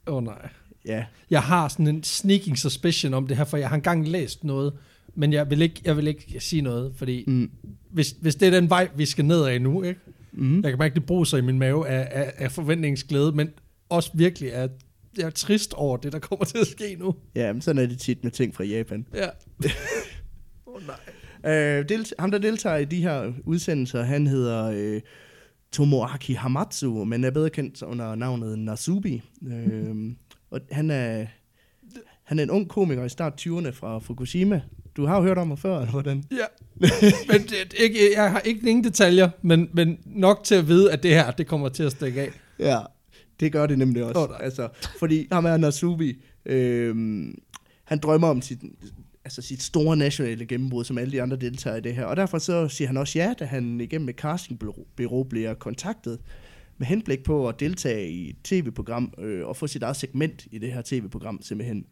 [SPEAKER 1] Åh oh, nej.
[SPEAKER 2] Ja,
[SPEAKER 1] Jeg har sådan en sneaking suspicion om det her, for jeg har engang læst noget, men jeg vil ikke, jeg vil ikke sige noget, fordi
[SPEAKER 2] Mm.
[SPEAKER 1] hvis, hvis det er den vej, vi skal nedad nu, ikke?
[SPEAKER 2] Mm.
[SPEAKER 1] jeg kan mærke, det bruser i min mave af, af, af forventningsglæde, men også virkelig er, jeg er trist over det, der kommer til at ske nu.
[SPEAKER 2] ja men sådan er det tit med ting fra Japan.
[SPEAKER 1] Ja. Åh oh, nej.
[SPEAKER 2] Øh, delt- ham, der deltager i de her udsendelser, han hedder øh, Tomoaki Hamatsu, men er bedre kendt under navnet Nasubi. Øh, og han er, han er en ung komiker i start 20'erne fra Fukushima. Du har jo hørt om ham før, eller hvordan?
[SPEAKER 1] Ja. men det, det- ikke, jeg har ikke ingen detaljer, men, men nok til at vide, at det her, det kommer til at stikke af.
[SPEAKER 2] Ja, det gør det nemlig også.
[SPEAKER 1] Åh, nej.
[SPEAKER 2] Oh, altså, fordi ham er Nasubi, øh, han drømmer om sit, altså sit store nationale gennembrud, som alle de andre deltager i det her. Og derfor så siger han også ja, da han igennem et castingbureau bliver kontaktet med henblik på at deltage i et tv-program øh, og få sit eget segment i det her tv-program simpelthen.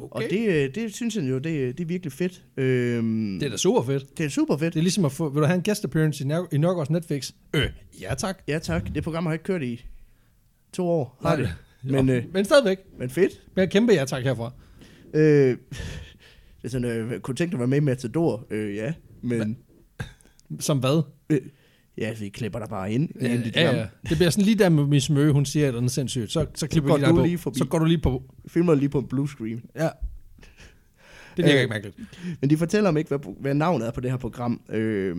[SPEAKER 2] Okay. Og det, øh, det synes jeg jo, det, det er virkelig fedt. Øhm,
[SPEAKER 1] det er da super fedt.
[SPEAKER 2] det er super fedt.
[SPEAKER 1] Det er ligesom at få, vil du have en guest appearance i, Nør- i Nørgaards Netflix? Øh, ja tak.
[SPEAKER 2] Ja tak, det program har ikke kørt i to år. Har det? Men, øh,
[SPEAKER 1] Men stadigvæk.
[SPEAKER 2] men fedt.
[SPEAKER 1] Men jeg kæmper jer tak herfra.
[SPEAKER 2] Øh, det er sådan, øh, kunne tænke dig at være med i Matador? Øh, ja, men...
[SPEAKER 1] Som hvad?
[SPEAKER 2] Øh, ja, vi klipper dig bare ind.
[SPEAKER 1] Ja,
[SPEAKER 2] ind i det
[SPEAKER 1] ja,
[SPEAKER 2] der.
[SPEAKER 1] ja. Det bliver sådan lige der med Miss Mø, hun siger, at den er sindssygt. Så, så klipper
[SPEAKER 2] går
[SPEAKER 1] vi lige dig
[SPEAKER 2] du
[SPEAKER 1] på.
[SPEAKER 2] lige forbi.
[SPEAKER 1] Så går du lige på.
[SPEAKER 2] Filmer lige på en blue screen.
[SPEAKER 1] Ja. Det virker
[SPEAKER 2] Øh,
[SPEAKER 1] ikke mærkeligt.
[SPEAKER 2] Men de fortæller om ikke, hvad, hvad navnet er på det her program. Øh,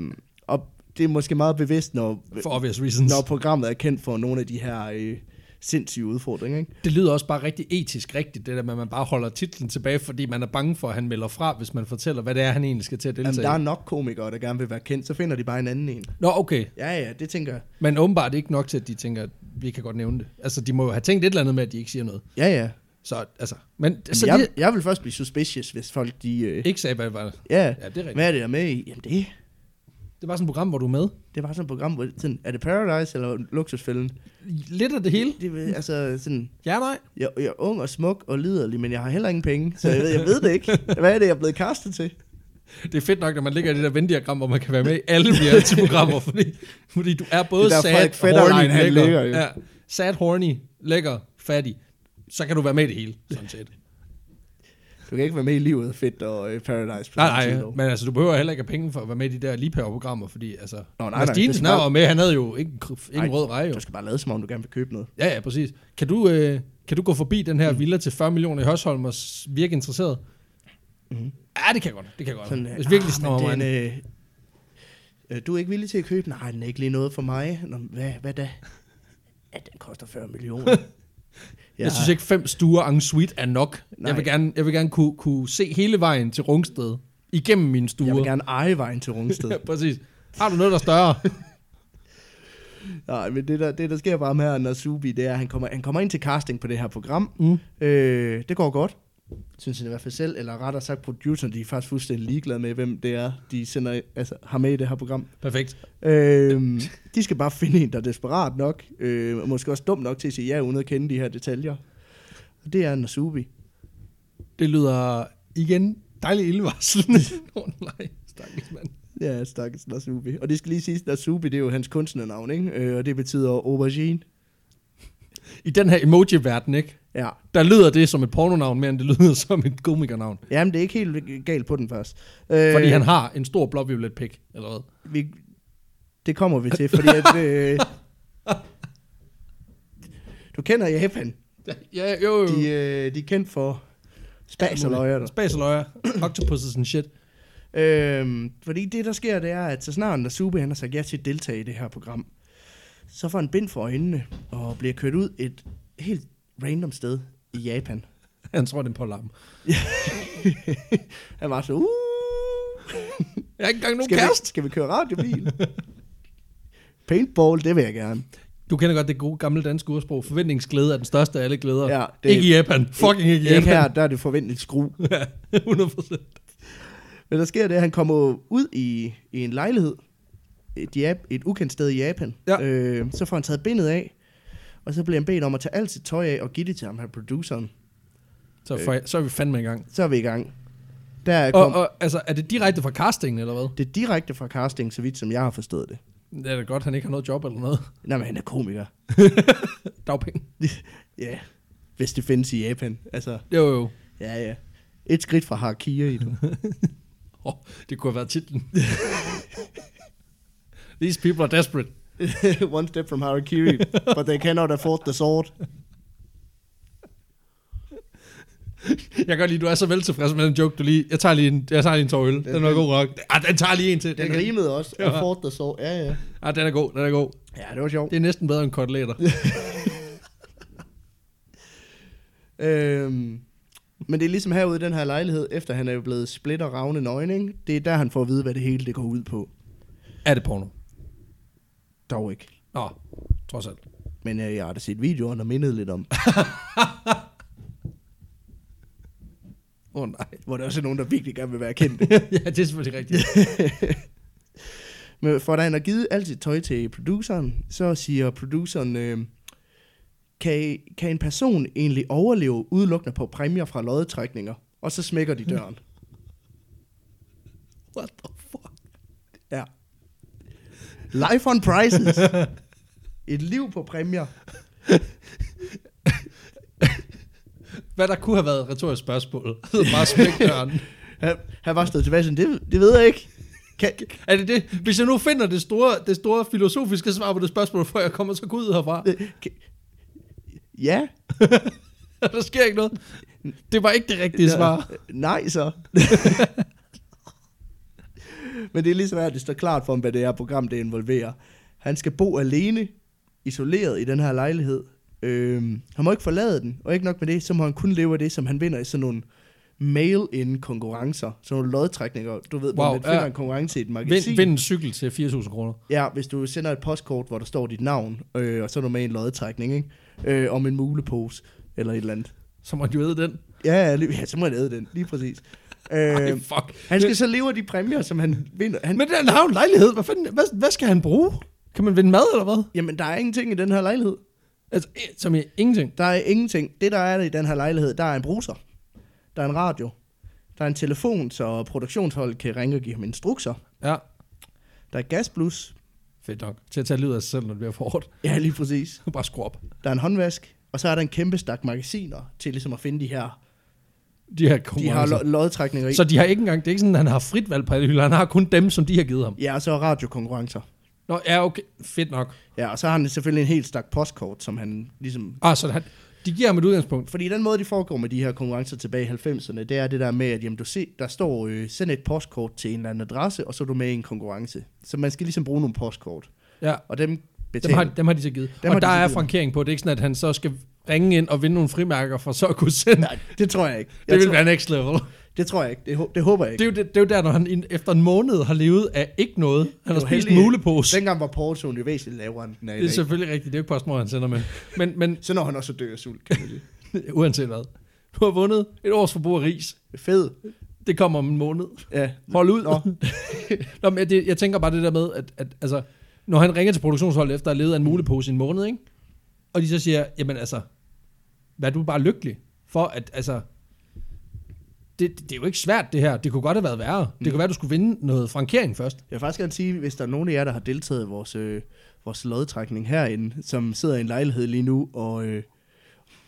[SPEAKER 2] og det er måske meget bevidst, når,
[SPEAKER 1] For obvious reasons.
[SPEAKER 2] når programmet er kendt for nogle af de her øh, sindssyge udfordringer. Ikke?
[SPEAKER 1] Det lyder også bare rigtig etisk rigtigt, det der med, at man bare holder titlen tilbage, fordi man er bange for, at han melder fra, hvis man fortæller, hvad det er, han egentlig skal til at
[SPEAKER 2] Jamen,
[SPEAKER 1] deltage
[SPEAKER 2] der er
[SPEAKER 1] Jamen,
[SPEAKER 2] nok komikere, der gerne vil være kendt, så finder de bare en anden en.
[SPEAKER 1] Nå, okay.
[SPEAKER 2] Ja, ja, det tænker jeg.
[SPEAKER 1] Men åbenbart ikke nok til, at de tænker, at vi kan godt nævne det. Altså, de må jo have tænkt et eller andet med, at de ikke siger noget.
[SPEAKER 2] Ja, ja.
[SPEAKER 1] Så, altså, men
[SPEAKER 2] Så
[SPEAKER 1] så
[SPEAKER 2] jeg,
[SPEAKER 1] de
[SPEAKER 2] jeg vil først blive suspicious, hvis folk de... Øh,
[SPEAKER 1] ikke sagde, hvad det var.
[SPEAKER 2] ja,
[SPEAKER 1] Ja, det er rigtigt.
[SPEAKER 2] hvad er det, der er med i? Jamen, det,
[SPEAKER 1] Det var sådan et program, hvor du er med.
[SPEAKER 2] det var sådan et program, hvor sådan, er det Paradise eller Luksusfælden?
[SPEAKER 1] Lidt af det hele.
[SPEAKER 2] Det, det, altså, sådan,
[SPEAKER 1] Ja, nej.
[SPEAKER 2] jeg, jeg er ung og smuk og liderlig, men jeg har heller ingen penge, så jeg ved, jeg ved det ikke. Hvad er det, jeg er blevet kastet til?
[SPEAKER 1] Det er fedt nok, når man ligger i det der vendiagram, hvor man kan være med i alle reality-programmer, fordi, fordi du er både
[SPEAKER 2] Det er der,
[SPEAKER 1] sad,
[SPEAKER 2] Frederik Fetterlein,
[SPEAKER 1] horny,
[SPEAKER 2] han
[SPEAKER 1] lækker.
[SPEAKER 2] ligger jo.
[SPEAKER 1] ja, sad, horny, lækker, fattig. Så kan du være med i det hele, sådan set.
[SPEAKER 2] Du kan ikke være med i livet, fedt og øh, Paradise. på samme
[SPEAKER 1] Nej,
[SPEAKER 2] tid,
[SPEAKER 1] nej,
[SPEAKER 2] dog.
[SPEAKER 1] men altså, du behøver heller ikke have penge for at være med i de der ligepaver-programmer, fordi altså...
[SPEAKER 2] Nå, nej,
[SPEAKER 1] Mads
[SPEAKER 2] nej,
[SPEAKER 1] Dinesen
[SPEAKER 2] det skal
[SPEAKER 1] er
[SPEAKER 2] bare-
[SPEAKER 1] jo med, han havde jo ikke, en kr- ikke en
[SPEAKER 2] Nej,
[SPEAKER 1] rød reje, jo.
[SPEAKER 2] Du skal bare lade som om, du gerne vil købe noget.
[SPEAKER 1] Ja, ja, præcis. Kan du, øh, kan du gå forbi den
[SPEAKER 2] Mm.
[SPEAKER 1] her villa til 40 millioner i Hørsholm og s- virke interesseret?
[SPEAKER 2] Mhm.
[SPEAKER 1] Ja, det kan jeg godt. Det kan jeg godt.
[SPEAKER 2] Sådan,
[SPEAKER 1] Sådan,
[SPEAKER 2] øh,
[SPEAKER 1] Hvis virkelig
[SPEAKER 2] ah,
[SPEAKER 1] snor
[SPEAKER 2] men
[SPEAKER 1] mig.
[SPEAKER 2] den, øh, øh, du er ikke villig til at købe den? Nej, den er ikke lige noget for mig. Nå, hvad, hvad da? Ja, den koster 40 millioner.
[SPEAKER 1] Ja. Jeg synes ikke, fem stuer en suite er nok.
[SPEAKER 2] Nej.
[SPEAKER 1] Jeg vil gerne, jeg vil gerne kunne, kunne se hele vejen til Rungsted. Igennem mine stuer.
[SPEAKER 2] jeg vil gerne eje vejen til Rungsted.
[SPEAKER 1] ja, præcis. Har du noget, der er større?
[SPEAKER 2] Nej, men det der, det der sker bare med her, når Subi, det er, at han kommer, han kommer ind til casting på det her program.
[SPEAKER 1] Mm.
[SPEAKER 2] Øh, det går godt, synes han i hvert fald selv, eller rettere sagt produceren, de er faktisk fuldstændig ligeglade med, hvem det er, de sender, altså, har med i det her program.
[SPEAKER 1] Perfekt.
[SPEAKER 2] Øhm, de skal bare finde en, der er desperat nok, øh, og måske også dum nok til at sige ja, uden at kende de her detaljer. Og det er Nasubi.
[SPEAKER 1] Det lyder igen dejligt ildvarslende. Åh oh, nej, stakkels mand.
[SPEAKER 2] Ja, stakkels Nasubi. Og det skal lige siges, Nasubi, det er jo hans kunstnernavn, ikke? Øh, og det betyder aubergine.
[SPEAKER 1] I den her emoji-verden, ikke?
[SPEAKER 2] Ja,
[SPEAKER 1] Der lyder det som et pornonavn, mere end det lyder som et komikernavn.
[SPEAKER 2] Jamen, det er ikke helt galt på den Øh, først.
[SPEAKER 1] Fordi han har en stor blåviolet pik, eller hvad?
[SPEAKER 2] Vi, det kommer vi til, fordi at... Øh, du kender Japan.
[SPEAKER 1] Ja, jo, jo.
[SPEAKER 2] De, øh, de er kendt for spas og løjer.
[SPEAKER 1] Spaceløjer, octopuses and shit.
[SPEAKER 2] Øhm, fordi det, der sker, det er, at så snart Nasube, han har sagt ja til at deltage i det her program, så får han bind for øjnene og bliver kørt ud et helt random sted i Japan.
[SPEAKER 1] Han tror, det er en pålarm.
[SPEAKER 2] Han var så, uh,
[SPEAKER 1] Jeg har ikke engang nogen
[SPEAKER 2] skal, vi,
[SPEAKER 1] kæreste.
[SPEAKER 2] skal vi køre radiobil? Paintball, det vil jeg gerne.
[SPEAKER 1] Du kender godt det gode gamle danske ordsprog. Forventningsglæde er den største af alle glæder.
[SPEAKER 2] Ja,
[SPEAKER 1] det... Ikke i Japan. Fucking ikke i
[SPEAKER 2] Ikke her,
[SPEAKER 1] Japan.
[SPEAKER 2] der er det forventet skru.
[SPEAKER 1] Ja, 100
[SPEAKER 2] Men der sker det, at han kommer ud i, i en lejlighed, et, Jap- et ukendt sted i Japan.
[SPEAKER 1] Ja.
[SPEAKER 2] Øh, så får han taget bindet af, og så bliver han bedt om at tage alt sit tøj af og give det til ham her produceren.
[SPEAKER 1] Så, for, så er vi fandme i gang.
[SPEAKER 2] Så er vi i gang. Der er
[SPEAKER 1] Og,
[SPEAKER 2] Øh. kom,
[SPEAKER 1] og altså, er det direkte fra castingen, eller hvad?
[SPEAKER 2] det er direkte fra casting, så vidt som jeg har forstået det.
[SPEAKER 1] Det er da godt, han ikke har noget job eller noget.
[SPEAKER 2] Nej, men han er komiker.
[SPEAKER 1] Dagpenge.
[SPEAKER 2] Ja, hvis det findes i Japan. Altså,
[SPEAKER 1] Jo, jo.
[SPEAKER 2] ja, ja. Et skridt fra Harakiri. du.
[SPEAKER 1] Oh, det kunne have været titlen. These people are desperate.
[SPEAKER 2] One step from Harakiri, but they cannot afford the sword.
[SPEAKER 1] Jeg kan godt lide, du er så vel tilfreds med den joke, du lige... Jeg tager lige en, jeg tager lige en tår øl. Den var god nok. Ah, den tager lige en til.
[SPEAKER 2] Den
[SPEAKER 1] kan-
[SPEAKER 2] rimede også.
[SPEAKER 1] Ja.
[SPEAKER 2] Afford the sword. Ja, ja.
[SPEAKER 1] Ah, den er god, den er god.
[SPEAKER 2] Ja, det var sjovt.
[SPEAKER 1] Det er næsten bedre end koteletter.
[SPEAKER 2] Øhm, men det er ligesom herude i den her lejlighed, efter han er jo blevet splitter ravne nøgen, ikke? Det er der, han får at vide, hvad det hele det går ud på.
[SPEAKER 1] er det porno?
[SPEAKER 2] Dog ikke.
[SPEAKER 1] Nå, trods alt.
[SPEAKER 2] Men øh, jeg har da set videoen og mindet lidt om,
[SPEAKER 1] Åh oh, nej.
[SPEAKER 2] hvor der også er nogen, der virkelig gerne vil være kendt.
[SPEAKER 1] ja, det er selvfølgelig rigtigt.
[SPEAKER 2] Men for da han har givet alt sit tøj til produceren, så siger produceren, øh, kan, kan en person egentlig overleve udelukkende på præmier fra lodtrækninger? Og så smækker de døren.
[SPEAKER 1] What the fuck?
[SPEAKER 2] Ja. Life on prizes. Et liv på præmier.
[SPEAKER 1] Hvad der kunne have været et retorisk spørgsmål. Bare smæk døren.
[SPEAKER 2] Han, han var stået tilbage sådan, det, det ved jeg ikke. Kan,
[SPEAKER 1] Er det det? Hvis jeg nu finder det store, det store filosofiske svar på det spørgsmål, før jeg kommer så gå ud herfra,
[SPEAKER 2] kan, ja.
[SPEAKER 1] der sker ikke noget. Det var ikke det rigtige svar.
[SPEAKER 2] Nej, så. Men det er ligesom at det står klart for ham, hvad det er program, det involverer. Han skal bo alene, isoleret i den her lejlighed. Øhm, han må ikke forlade den, og ikke nok med det, så må han kun leve af det, som han vinder i sådan nogle mail-in konkurrencer, sådan nogle lodtrækninger, du ved, wow, hvor
[SPEAKER 1] Wow,
[SPEAKER 2] man finder
[SPEAKER 1] ja.
[SPEAKER 2] en konkurrence i et magasin.
[SPEAKER 1] Vind, vind en cykel til 4.000 kroner.
[SPEAKER 2] Ja, hvis du sender et postkort, hvor der står dit navn, øh, og så er du med i en lodtrækning, ikke? Øh, om en mulepose, eller et eller andet.
[SPEAKER 1] Så må du æde den.
[SPEAKER 2] Ja, ja, lige, ja så må han æde den, lige præcis.
[SPEAKER 1] Ej,
[SPEAKER 2] Øh,
[SPEAKER 1] fuck.
[SPEAKER 2] han skal så leve af de præmier, som han vinder. Han,
[SPEAKER 1] Men den har jo en lejlighed. Hvad, fanden, hvad, hvad skal han bruge? Kan man vinde mad, eller hvad?
[SPEAKER 2] jamen, der er ingenting i den her lejlighed.
[SPEAKER 1] Altså, eh, som i ingenting.
[SPEAKER 2] Der er ingenting. Det, der er i den her lejlighed, der er en bruser. Der er en radio. Der er en telefon, så produktionsholdet kan ringe og give ham instrukser.
[SPEAKER 1] Ja,
[SPEAKER 2] Der er et gasblus.
[SPEAKER 1] fedt nok. Til at tage livet af sig selv, når det bliver for hårdt.
[SPEAKER 2] Ja, lige præcis.
[SPEAKER 1] Bare skru op.
[SPEAKER 2] Der er en håndvask. Og så er der en kæmpe stak magasiner til ligesom at finde de her,
[SPEAKER 1] De her
[SPEAKER 2] de her
[SPEAKER 1] konkurrencer.
[SPEAKER 2] lo- lodtrækninger i.
[SPEAKER 1] så de har ikke engang, det er ikke sådan, at han har frit valg på alle hylder. Han har kun dem, som de har givet ham.
[SPEAKER 2] Ja, og så radiokonkurrencer.
[SPEAKER 1] Nå, ja, okay. Fedt nok.
[SPEAKER 2] Ja, og så har han selvfølgelig en helt stak postkort, som han ligesom...
[SPEAKER 1] Ah, så han, de giver ham et udgangspunkt.
[SPEAKER 2] Fordi den måde, de foregår med de her konkurrencer tilbage i 90'erne, det er det der med, at jamen, du se, der står, øh, send et postkort til en eller anden adresse, og så er du med i en konkurrence. Så man skal ligesom bruge nogle postkort.
[SPEAKER 1] Ja,
[SPEAKER 2] Og dem
[SPEAKER 1] dem har,
[SPEAKER 2] betaler...
[SPEAKER 1] dem har de så givet.
[SPEAKER 2] Dem
[SPEAKER 1] Dem og
[SPEAKER 2] har de
[SPEAKER 1] der
[SPEAKER 2] så
[SPEAKER 1] er
[SPEAKER 2] givet.
[SPEAKER 1] frankering på. Det er ikke sådan, at han så skal ringe ind og vinde nogle frimærker for så at kunne sende.
[SPEAKER 2] Nej, det tror jeg ikke.
[SPEAKER 1] det
[SPEAKER 2] Jeg
[SPEAKER 1] vil
[SPEAKER 2] tror,
[SPEAKER 1] være next level.
[SPEAKER 2] det tror jeg ikke. Det, hå- det håber jeg
[SPEAKER 1] Det
[SPEAKER 2] ikke.
[SPEAKER 1] er, jo det, det er jo der, når han in- efter en måned har levet af ikke noget. Han har
[SPEAKER 2] var
[SPEAKER 1] spist
[SPEAKER 2] heldig.
[SPEAKER 1] mulepose.
[SPEAKER 2] Dengang var Portoen jo væsentligt lavere, end den er i
[SPEAKER 1] Det er
[SPEAKER 2] dag.
[SPEAKER 1] selvfølgelig rigtigt. Det er jo ikke postmor, han sender med. Men, men
[SPEAKER 2] Så når han også dør af sult, kan man sige.
[SPEAKER 1] uanset hvad. Du har vundet et års forbrug af ris.
[SPEAKER 2] Fed.
[SPEAKER 1] Det kommer om en måned.
[SPEAKER 2] Ja.
[SPEAKER 1] Hold ud.
[SPEAKER 2] Nå.
[SPEAKER 1] Nå, men jeg, det, jeg tænker bare det der med, at, at altså, når han ringer til produktionsholdet efter at have levet af en mulepose i en måned, ikke? og de så siger, jamen altså, vær du bare lykkelig for, at altså, det, det, det er jo ikke svært det her. Det kunne godt have været værre. Det kunne være, du skulle vinde noget frankering først.
[SPEAKER 2] Jeg vil faktisk gerne sige, hvis der er nogen af jer, der har deltaget i vores, øh, vores lodtrækning herinde, som sidder i en lejlighed lige nu og, øh,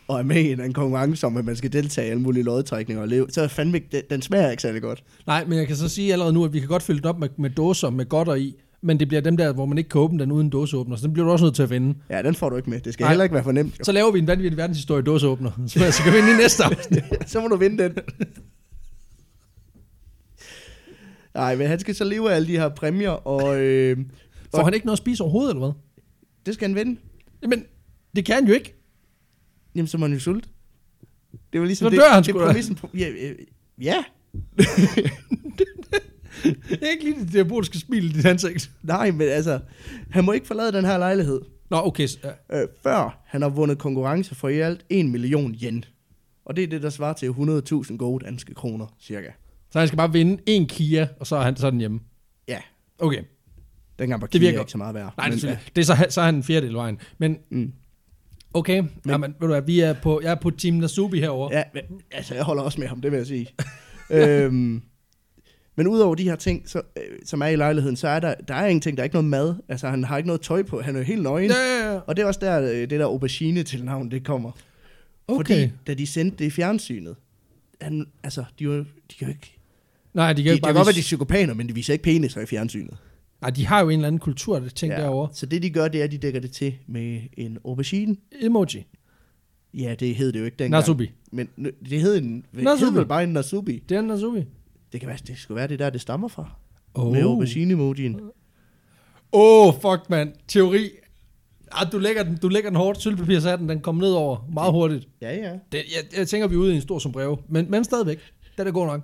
[SPEAKER 2] og er med i en en konkurrence om, at man skal deltage i alle mulige lodtrækninger og leve, så er fandme ikke, den, den smager ikke særlig godt.
[SPEAKER 1] Nej, men jeg kan så sige allerede nu, at vi kan godt fylde den op med, med dåser med godter i, men det bliver dem der, hvor man ikke kan åbne den uden dåseåbner, så den bliver du også nødt til at vinde.
[SPEAKER 2] Ja, den får du ikke med. Det skal
[SPEAKER 1] Nej.
[SPEAKER 2] Nej. heller ikke være for nemt. Jo.
[SPEAKER 1] Så laver vi en vanvittig verdenshistorie dåseåbner, så, så kan vi ind i næste afsnit.
[SPEAKER 2] så må du vinde den. Nej, men han skal så leve af alle de her præmier, og øh,
[SPEAKER 1] Får han ikke noget at spise overhovedet, eller hvad?
[SPEAKER 2] det skal han vinde.
[SPEAKER 1] Jamen, det kan han jo ikke.
[SPEAKER 2] Jamen, så må han jo sulte. Det var ligesom
[SPEAKER 1] Så
[SPEAKER 2] det,
[SPEAKER 1] dør han
[SPEAKER 2] det,
[SPEAKER 1] sgu
[SPEAKER 2] er
[SPEAKER 1] da.
[SPEAKER 2] præmissen på, ja, øh, ja,
[SPEAKER 1] Det er ikke lige det diaboliske smil i dit ansigt.
[SPEAKER 2] nej, men altså, han må ikke forlade den her lejlighed.
[SPEAKER 1] Nå, okay. så- ja.
[SPEAKER 2] øh, før han har vundet konkurrence for i alt 1 million yen. Og det er det, der svarer til 100.000 gode danske kroner, cirka.
[SPEAKER 1] Så han skal bare vinde en Kia, og så er han sådan hjemme.
[SPEAKER 2] Ja,
[SPEAKER 1] Okay.
[SPEAKER 2] dengang var
[SPEAKER 1] Det
[SPEAKER 2] det
[SPEAKER 1] virker-
[SPEAKER 2] virker ikke så meget værd.
[SPEAKER 1] Nej,
[SPEAKER 2] men,
[SPEAKER 1] det,
[SPEAKER 2] ja.
[SPEAKER 1] ja. det er så, så er han en fjerdedel af vejen. Men
[SPEAKER 2] Mm.
[SPEAKER 1] okay, men, Jamen, ved du hvad, vi er på, jeg er på Team Nasubi herovre. Ja.
[SPEAKER 2] ja, men, altså, jeg holder også med ham, det vil jeg sige. øhm, men udover de her ting, så, øh, som er i lejligheden, så er der, der er ingenting. Der er ikke noget mad. Altså, han har ikke noget tøj på. Han er jo helt nøgen.
[SPEAKER 1] Ja, ja, ja.
[SPEAKER 2] Og det er også der, øh, det der aubergine til navn, det kommer.
[SPEAKER 1] Okay.
[SPEAKER 2] Fordi, da de sendte det i fjernsynet, han, altså, de var, de kan jo ikke...
[SPEAKER 1] Nej, de
[SPEAKER 2] De,
[SPEAKER 1] kan jo
[SPEAKER 2] det
[SPEAKER 1] ikke
[SPEAKER 2] kan
[SPEAKER 1] bare
[SPEAKER 2] godt være,
[SPEAKER 1] vise,
[SPEAKER 2] de er psykopaner, men de viser ikke peniser i fjernsynet.
[SPEAKER 1] Nej, de har jo en eller anden kultur, det ting ja. derovre.
[SPEAKER 2] Så det, de gør, det er, at de dækker det til med en aubergine.
[SPEAKER 1] Emoji.
[SPEAKER 2] Ja, det hed det jo ikke dengang.
[SPEAKER 1] Nasubi.
[SPEAKER 2] Men nu- det hed, en,
[SPEAKER 1] Nasubi.
[SPEAKER 2] nasubi. hed vel bare en nasubi.
[SPEAKER 1] Det er en Nasubi.
[SPEAKER 2] Det kan være, det skulle være det der, det stammer fra.
[SPEAKER 1] Åh.
[SPEAKER 2] Oh. Med aubergine-emojien.
[SPEAKER 1] Åh, oh, fuck, mand. Teori. Ah, du lægger den, du lægger den hårdt. Sølvpapirsatten, den kom ned over meget hurtigt.
[SPEAKER 2] Ja, ja.
[SPEAKER 1] Det, jeg, jeg, tænker, vi er ude i en stor som breve. Men, men stadigvæk. Det er god nok.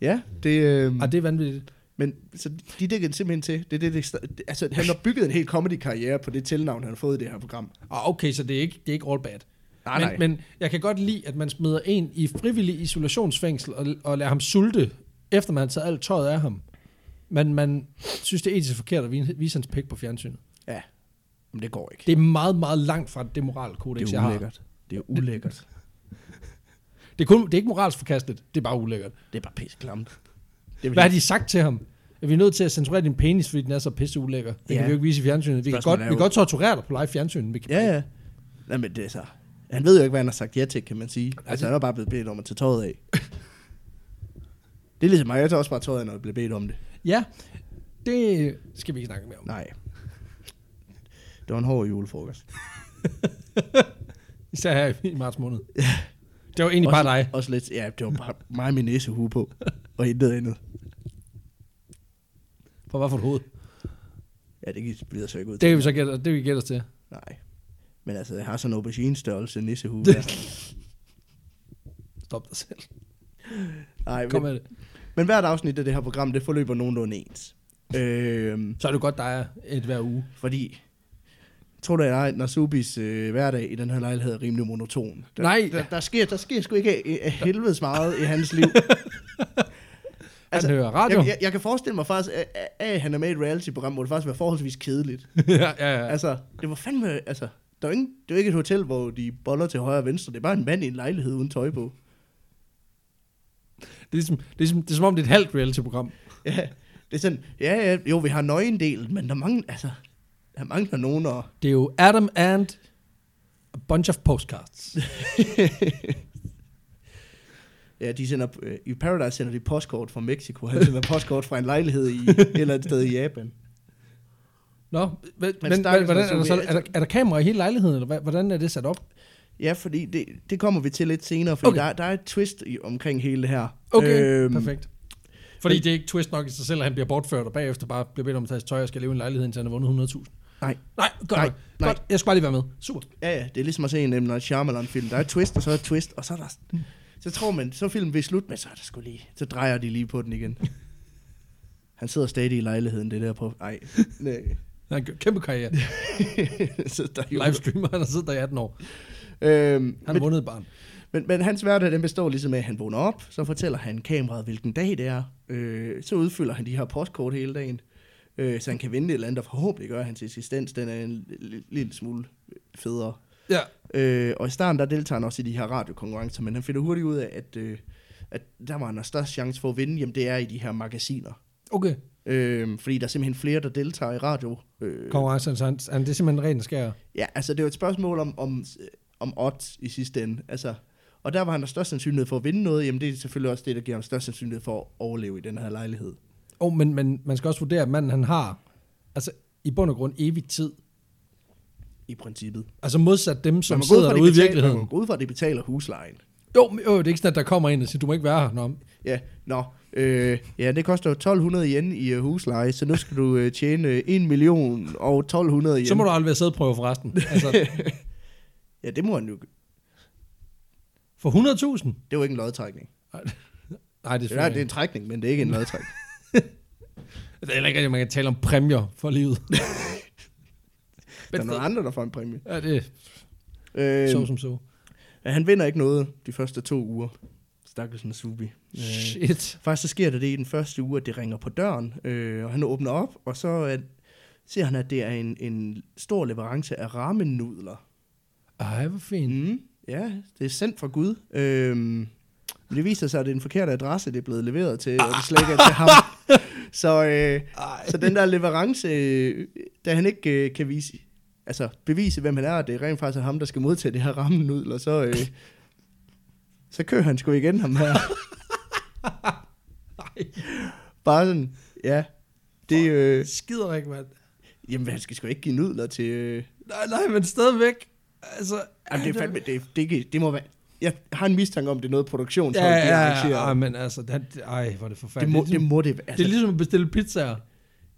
[SPEAKER 2] Ja, det, øh,
[SPEAKER 1] Ah, det er vanvittigt.
[SPEAKER 2] men så de dækker det simpelthen til. Det, er det, det, sta- det, altså, han har bygget en hel comedy-karriere på det tilnavn, han har fået i det her program.
[SPEAKER 1] Ah, okay, så det er ikke, det er ikke all bad.
[SPEAKER 2] Nej,
[SPEAKER 1] men,
[SPEAKER 2] nej.
[SPEAKER 1] men jeg kan godt lide, at man smider en i frivillig isolationsfængsel og, og lader ham sulte, efter man har taget alt tøjet af ham. Men man synes, det er etisk forkert at vise vise hans pik på fjernsynet.
[SPEAKER 2] Ja, men det går ikke.
[SPEAKER 1] Det er meget, meget langt fra det moralkodex,
[SPEAKER 2] det
[SPEAKER 1] jeg
[SPEAKER 2] er
[SPEAKER 1] har.
[SPEAKER 2] ulækkert. Det er ulækkert.
[SPEAKER 1] Det er, kun, det er ikke moralsk forkasteligt, det er bare ulækkert.
[SPEAKER 2] Det er bare pisseklamt. Det
[SPEAKER 1] Hvad har de sagt til ham? Er vi nødt til at censurere din penis, fordi den er så pisse ulækker? Det ja.
[SPEAKER 2] Ja.
[SPEAKER 1] kan vi jo ikke vise i fjernsynet. Vi kan,
[SPEAKER 2] Spørgsmålet
[SPEAKER 1] godt,
[SPEAKER 2] er
[SPEAKER 1] vi
[SPEAKER 2] jo-
[SPEAKER 1] kan godt torturere dig på live fjernsynet. Vi kan,
[SPEAKER 2] Ja, ja. Nej, men det er så. Han ved jo ikke, hvad han har sagt ja til, kan man sige.
[SPEAKER 1] det-
[SPEAKER 2] Altså, han er bare blevet bedt om at tage tøjet af. Det er ligesom mig, jeg tager også bare tøjet af, når jeg bliver bedt om det.
[SPEAKER 1] Ja, det skal vi ikke snakke mere om.
[SPEAKER 2] Nej. Det var en hård julefrokost.
[SPEAKER 1] Især her i marts måned. Det var egentlig bare dig.
[SPEAKER 2] Også lidt, ja, det var bare mig og min næsehue på, og intet andet.
[SPEAKER 1] På hvad for et hoved?
[SPEAKER 2] Ja, det gik- bliver så ikke ud
[SPEAKER 1] Det
[SPEAKER 2] til.
[SPEAKER 1] kan vi så gætte, det kan vi gætte os til.
[SPEAKER 2] Nej. Men altså, jeg har sådan en aubergine-størrelse nissehue.
[SPEAKER 1] Det-
[SPEAKER 2] der.
[SPEAKER 1] Stop dig selv.
[SPEAKER 2] Nej,
[SPEAKER 1] Kom
[SPEAKER 2] men,
[SPEAKER 1] med det.
[SPEAKER 2] men hvert afsnit af det her program, det forløber nogenlunde ens. Øhm,
[SPEAKER 1] Så er det godt, der er et hver uge.
[SPEAKER 2] fordi, tror du eller ej, Nasubis øh, hverdag i den her lejlighed er rimelig monoton. Der,
[SPEAKER 1] Nej.
[SPEAKER 2] Der, der, sker, der sker sgu ikke af, af helvedes meget i hans liv.
[SPEAKER 1] Han altså, hører radio.
[SPEAKER 2] Jeg, jeg, jeg kan forestille mig faktisk, at, at, at han er med i et reality-program, hvor det faktisk var forholdsvis kedeligt.
[SPEAKER 1] ja, ja, ja.
[SPEAKER 2] Altså, det var fandme... Altså, der er jo ingen, det er jo ikke et hotel, hvor de boller til højre og venstre. Det er bare en mand i en lejlighed uden tøj på.
[SPEAKER 1] Det, er ligesom, det, er ligesom, det er som om, det er et halvt reality-program.
[SPEAKER 2] Ja, det er sådan... Ja, ja, jo, vi har nøgendelen, men der mangler... Altså, der mangler nogen og...
[SPEAKER 1] Det er jo Adam and a bunch of postcards.
[SPEAKER 2] Ja, de sender, øh, I Paradise sender de postkort fra Mexico. Han sender postkort fra en lejlighed i, et eller et sted i Japan.
[SPEAKER 1] Nå, men, men,
[SPEAKER 2] stakkels
[SPEAKER 1] men hvordan, er, der
[SPEAKER 2] Nasumi,
[SPEAKER 1] så, er, der, er der kamera i hele lejligheden, eller hvad- hvordan er det sat op?
[SPEAKER 2] Ja, fordi det, det kommer vi til lidt senere, fordi
[SPEAKER 1] Okay.
[SPEAKER 2] okay. der, der er et twist i, omkring hele det her.
[SPEAKER 1] Okay, øhm, perfekt. Fordi det er ikke twist nok i sig selv, at han bliver bortført, og bagefter bare bliver bedt om at tage sit tøj og skal leve i en lejlighed, indtil han har vundet 100.000.
[SPEAKER 2] Nej,
[SPEAKER 1] Nej, godt,
[SPEAKER 2] Nej,
[SPEAKER 1] nej,
[SPEAKER 2] nej.
[SPEAKER 1] godt. Jeg skal bare lige være med. Super.
[SPEAKER 2] Ja, ja, det er ligesom at se en M. Night Shyamalan-film. Der er et twist, og så er et twist, og så er der... Så tror man, så er filmen ved slut, men så er der sgu lige... Så drejer de lige på den igen. Han sidder stadig i lejligheden, det der på... Ej, nej.
[SPEAKER 1] Han har gjort kæmpe karriere.
[SPEAKER 2] så der er jo-
[SPEAKER 1] Livestreamer, han har siddet der i 18 år.
[SPEAKER 2] Øhm,
[SPEAKER 1] Han har
[SPEAKER 2] men,
[SPEAKER 1] vundet et barn.
[SPEAKER 2] men, men, hans hverdag, den består ligesom af, at han vågner op, så fortæller han kameraet, hvilken dag det er. Øh, så udfylder han de her postkort hele dagen, øh, så han kan vinde et eller andet, der forhåbentlig gør at hans eksistens, den er en lille, lille smule federe.
[SPEAKER 1] Ja,
[SPEAKER 2] Øh, og i starten, der deltager han også i de her radiokonkurrencer, men han finder hurtigt ud af, at, øh, at der var han har størst chance for at vinde, jamen det er i de her magasiner.
[SPEAKER 1] okay.
[SPEAKER 2] Øh, fordi der er simpelthen flere, der deltager i radio. Øh,
[SPEAKER 1] Konkurrencen, så han, han, det er simpelthen ren skær.
[SPEAKER 2] ja, altså det er jo et spørgsmål om, om, om odds i sidste ende. Altså, og der var han der størst sandsynlighed for at vinde noget, jamen det er selvfølgelig også det, der giver ham størst sandsynlighed for at overleve i den her lejlighed.
[SPEAKER 1] Oh, men, men man skal også vurdere, at manden han har, altså i bund og grund evig tid.
[SPEAKER 2] I princippet.
[SPEAKER 1] Altså modsat dem, som
[SPEAKER 2] Man må gå ud
[SPEAKER 1] sidder
[SPEAKER 2] fra, at de
[SPEAKER 1] derude i
[SPEAKER 2] betaler-
[SPEAKER 1] virkeligheden.
[SPEAKER 2] Man må gå ud fra, at de betaler huslejen.
[SPEAKER 1] Jo, men, jo, det er ikke sådan, at der kommer en og siger, du må ikke være her. Nå,
[SPEAKER 2] Ja, nå. Øh, ja, det koster jo 1200 yen i øh, husleje, så nu skal du øh, tjene øh, 1 million og 1200 yen.
[SPEAKER 1] så må du aldrig være sædprøve for resten. Altså,
[SPEAKER 2] Ja, det må han jo.
[SPEAKER 1] for 100.000?
[SPEAKER 2] Det er jo ikke en lodtrækning.
[SPEAKER 1] Nej, det er,
[SPEAKER 2] Ja,
[SPEAKER 1] selvfølgelig
[SPEAKER 2] det er en
[SPEAKER 1] ikke.
[SPEAKER 2] trækning, men det er ikke en lodtrækning.
[SPEAKER 1] det er heller ikke, at man kan tale om præmier for livet.
[SPEAKER 2] der er nogle andre, der får en præmie.
[SPEAKER 1] Ja, det er så
[SPEAKER 2] Øh,
[SPEAKER 1] som så.
[SPEAKER 2] ja, han vinder ikke noget de første to uger. Stakkels Nasubi. Øh,
[SPEAKER 1] Shit.
[SPEAKER 2] faktisk så sker der det i den første uge, at det ringer på døren, øh, og han åbner op, og så øh, ser han, at det er en, en stor leverance af ramen-nudler.
[SPEAKER 1] Ej, hvor fint.
[SPEAKER 2] Mm, ja, det er sendt fra Gud. Øhm, men det viser sig, at det er den forkerte adresse, det er blevet leveret til, og det slet ikke er til ham. Så, øh,
[SPEAKER 1] Ej.
[SPEAKER 2] så den der leverance, øh, da han ikke øh, kan vise, altså bevise, hvem han er, og det er rent faktisk er ham, der skal modtage det her rammenudel, og så, øh, så kører han sgu igen ham her. Bare sådan, ja, det, øh,
[SPEAKER 1] Skider ikke, mand.
[SPEAKER 2] jamen han skal sgu ikke give nudler til, øh,
[SPEAKER 1] Nej, nej, men stadigvæk. Altså,
[SPEAKER 2] Jamen, det, er
[SPEAKER 1] ej,
[SPEAKER 2] fandme, det, det, det, det må være... Jeg har en mistanke om, det er noget produktion,
[SPEAKER 1] Ja, ja, ja,
[SPEAKER 2] arrangerer.
[SPEAKER 1] ja, men altså, det, ej, hvor er det
[SPEAKER 2] det,
[SPEAKER 1] forfærdeligt.
[SPEAKER 2] må, det må det være. Altså,
[SPEAKER 1] det er ligesom at bestille pizzaer.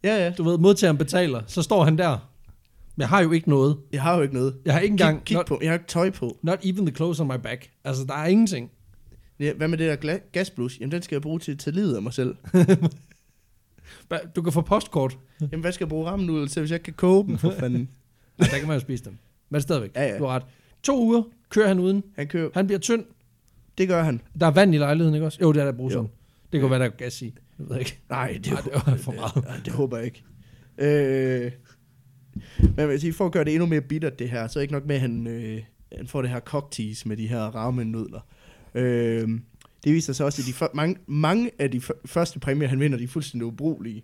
[SPEAKER 2] ja, ja.
[SPEAKER 1] Du ved, modtageren betaler, så står han der. Men jeg har jo ikke noget.
[SPEAKER 2] Jeg har jo ikke noget.
[SPEAKER 1] Jeg har ikke engang...
[SPEAKER 2] Kig, kig
[SPEAKER 1] not,
[SPEAKER 2] på. Jeg har ikke tøj på.
[SPEAKER 1] not even the clothes on my back. Altså, der er ingenting.
[SPEAKER 2] Ja, hvad med det der gla- gasblus? Jamen, den skal jeg bruge til, til livet af mig selv.
[SPEAKER 1] Hva- Du kan få postkort.
[SPEAKER 2] Jamen, hvad skal jeg bruge rammenudel til, hvis jeg ikke kan koge dem? For fanden.
[SPEAKER 1] Nej, der kan man jo spise dem. Men stadigvæk,
[SPEAKER 2] Ja, ja.
[SPEAKER 1] du har ret. To uger kører han uden.
[SPEAKER 2] Han kører.
[SPEAKER 1] Han bliver tynd.
[SPEAKER 2] Det gør han.
[SPEAKER 1] Der er vand i lejligheden, ikke også? Jo, det er der bruseren.
[SPEAKER 2] Jo.
[SPEAKER 1] Det kan være, der er gas i. Jeg ved ikke.
[SPEAKER 2] Nej, det,
[SPEAKER 1] Nej, det var for meget.
[SPEAKER 2] Nej, det håber jeg ikke. Øh, men hvis I for at gøre det endnu mere bittert, det her, så er ikke nok med, at han, øh, han får det her cocktease med de her ramen-nudler. Øh, det viser sig også, at de for, mange, mange af de f- første præmier, han vinder, de er fuldstændig ubrugelige.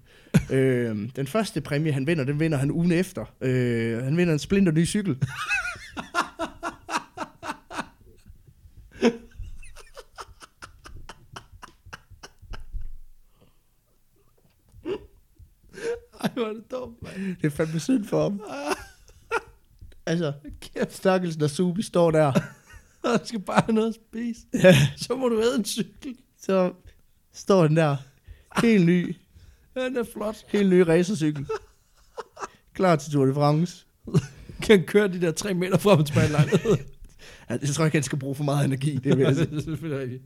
[SPEAKER 2] øh, den første præmie, han vinder, den vinder han ugen efter. Øh, han vinder en splinter ny cykel.
[SPEAKER 1] Ej, hvor er det dumt, mand.
[SPEAKER 2] Det er fandme synd for ham. Altså,
[SPEAKER 1] Kæft,
[SPEAKER 2] stakkelsen og Subi står der.
[SPEAKER 1] jeg skal bare have noget at spise.
[SPEAKER 2] Ja,
[SPEAKER 1] Så må du have en cykel.
[SPEAKER 2] så står den der. Helt ny.
[SPEAKER 1] Den er flot.
[SPEAKER 2] Helt ny racercykel. Klar til Tour de France.
[SPEAKER 1] Kan køre de der tre meter frem og tilbage i lejligheden. Altså,
[SPEAKER 2] Ja, det tror jeg ikke, han skal bruge for meget energi, det vil jeg sige.
[SPEAKER 1] det er selvfølgelig rigtigt.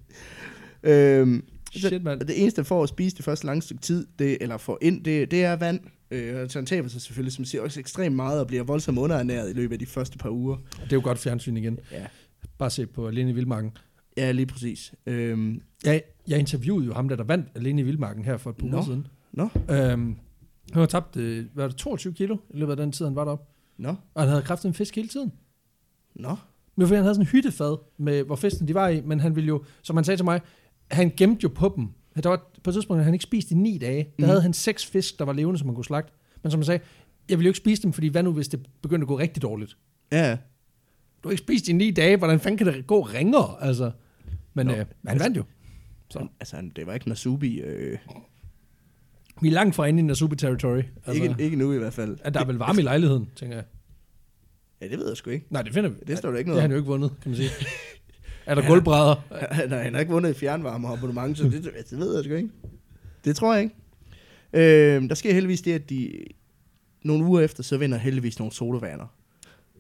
[SPEAKER 2] øhm, så-
[SPEAKER 1] Shit, mand.
[SPEAKER 2] Og det eneste, jeg får at spise det første lange stykke tid, det, eller får ind, det, det er vand. Øh, og Søren taber sig selvfølgelig, som siger, også ekstremt meget og bliver voldsomt underernæret i løbet af de første par uger.
[SPEAKER 1] Det er jo godt fjernsyn igen.
[SPEAKER 2] Ja,
[SPEAKER 1] Bare se på Alene i Vildmarken.
[SPEAKER 2] ja lige præcis. Øhm,
[SPEAKER 1] Jeg, jeg interviewede jo ham, der, der vandt Alene i Vildmarken her for et par uger
[SPEAKER 2] Nå.
[SPEAKER 1] siden.
[SPEAKER 2] nå,
[SPEAKER 1] Øhm, han har tabt øh, hvad var det, 22 kilo i løbet af den tid, han var deroppe.
[SPEAKER 2] nå,
[SPEAKER 1] Og han havde kraftet en fisk hele tiden.
[SPEAKER 2] nå.
[SPEAKER 1] Men fordi han havde sådan en hyttefad, med, hvor fisken de var i, men han ville jo, som han sagde til mig, han gemte jo på dem. Der var på et tidspunkt, at han ikke spiste i ni dage. Der
[SPEAKER 2] Mhm.
[SPEAKER 1] havde han seks fisk, der var levende, som han kunne slagte. Men som han sagde, jeg ville jo ikke spise dem, fordi hvad nu, hvis det begyndte at gå rigtig dårligt?
[SPEAKER 2] Ja, ja.
[SPEAKER 1] Du har ikke spist i ni dage, hvordan fanden kan det gå ringere? Altså, men
[SPEAKER 2] Nå,
[SPEAKER 1] øh, han vandt jo.
[SPEAKER 2] så. Altså, han- det var ikke Nasubi. Øh,
[SPEAKER 1] Vi er langt fra inde i Nasubi Territory. Altså,
[SPEAKER 2] ikke, ikke nu i hvert fald.
[SPEAKER 1] at der er vel varme i lejligheden, tænker jeg.
[SPEAKER 2] Ja, det ved jeg sgu ikke.
[SPEAKER 1] Nej, det finder vi.
[SPEAKER 2] Det står der ikke
[SPEAKER 1] Det
[SPEAKER 2] noget
[SPEAKER 1] har
[SPEAKER 2] om.
[SPEAKER 1] han jo ikke vundet, kan man sige. er der gulvbrædder?
[SPEAKER 2] Nej, han har ikke vundet et fjernvarmeabonnement, så det, altså, det ved jeg sgu ikke. Det tror jeg ikke. Øhm, der sker heldigvis det, at de nogle uger efter, så vinder heldigvis nogle sodavaner.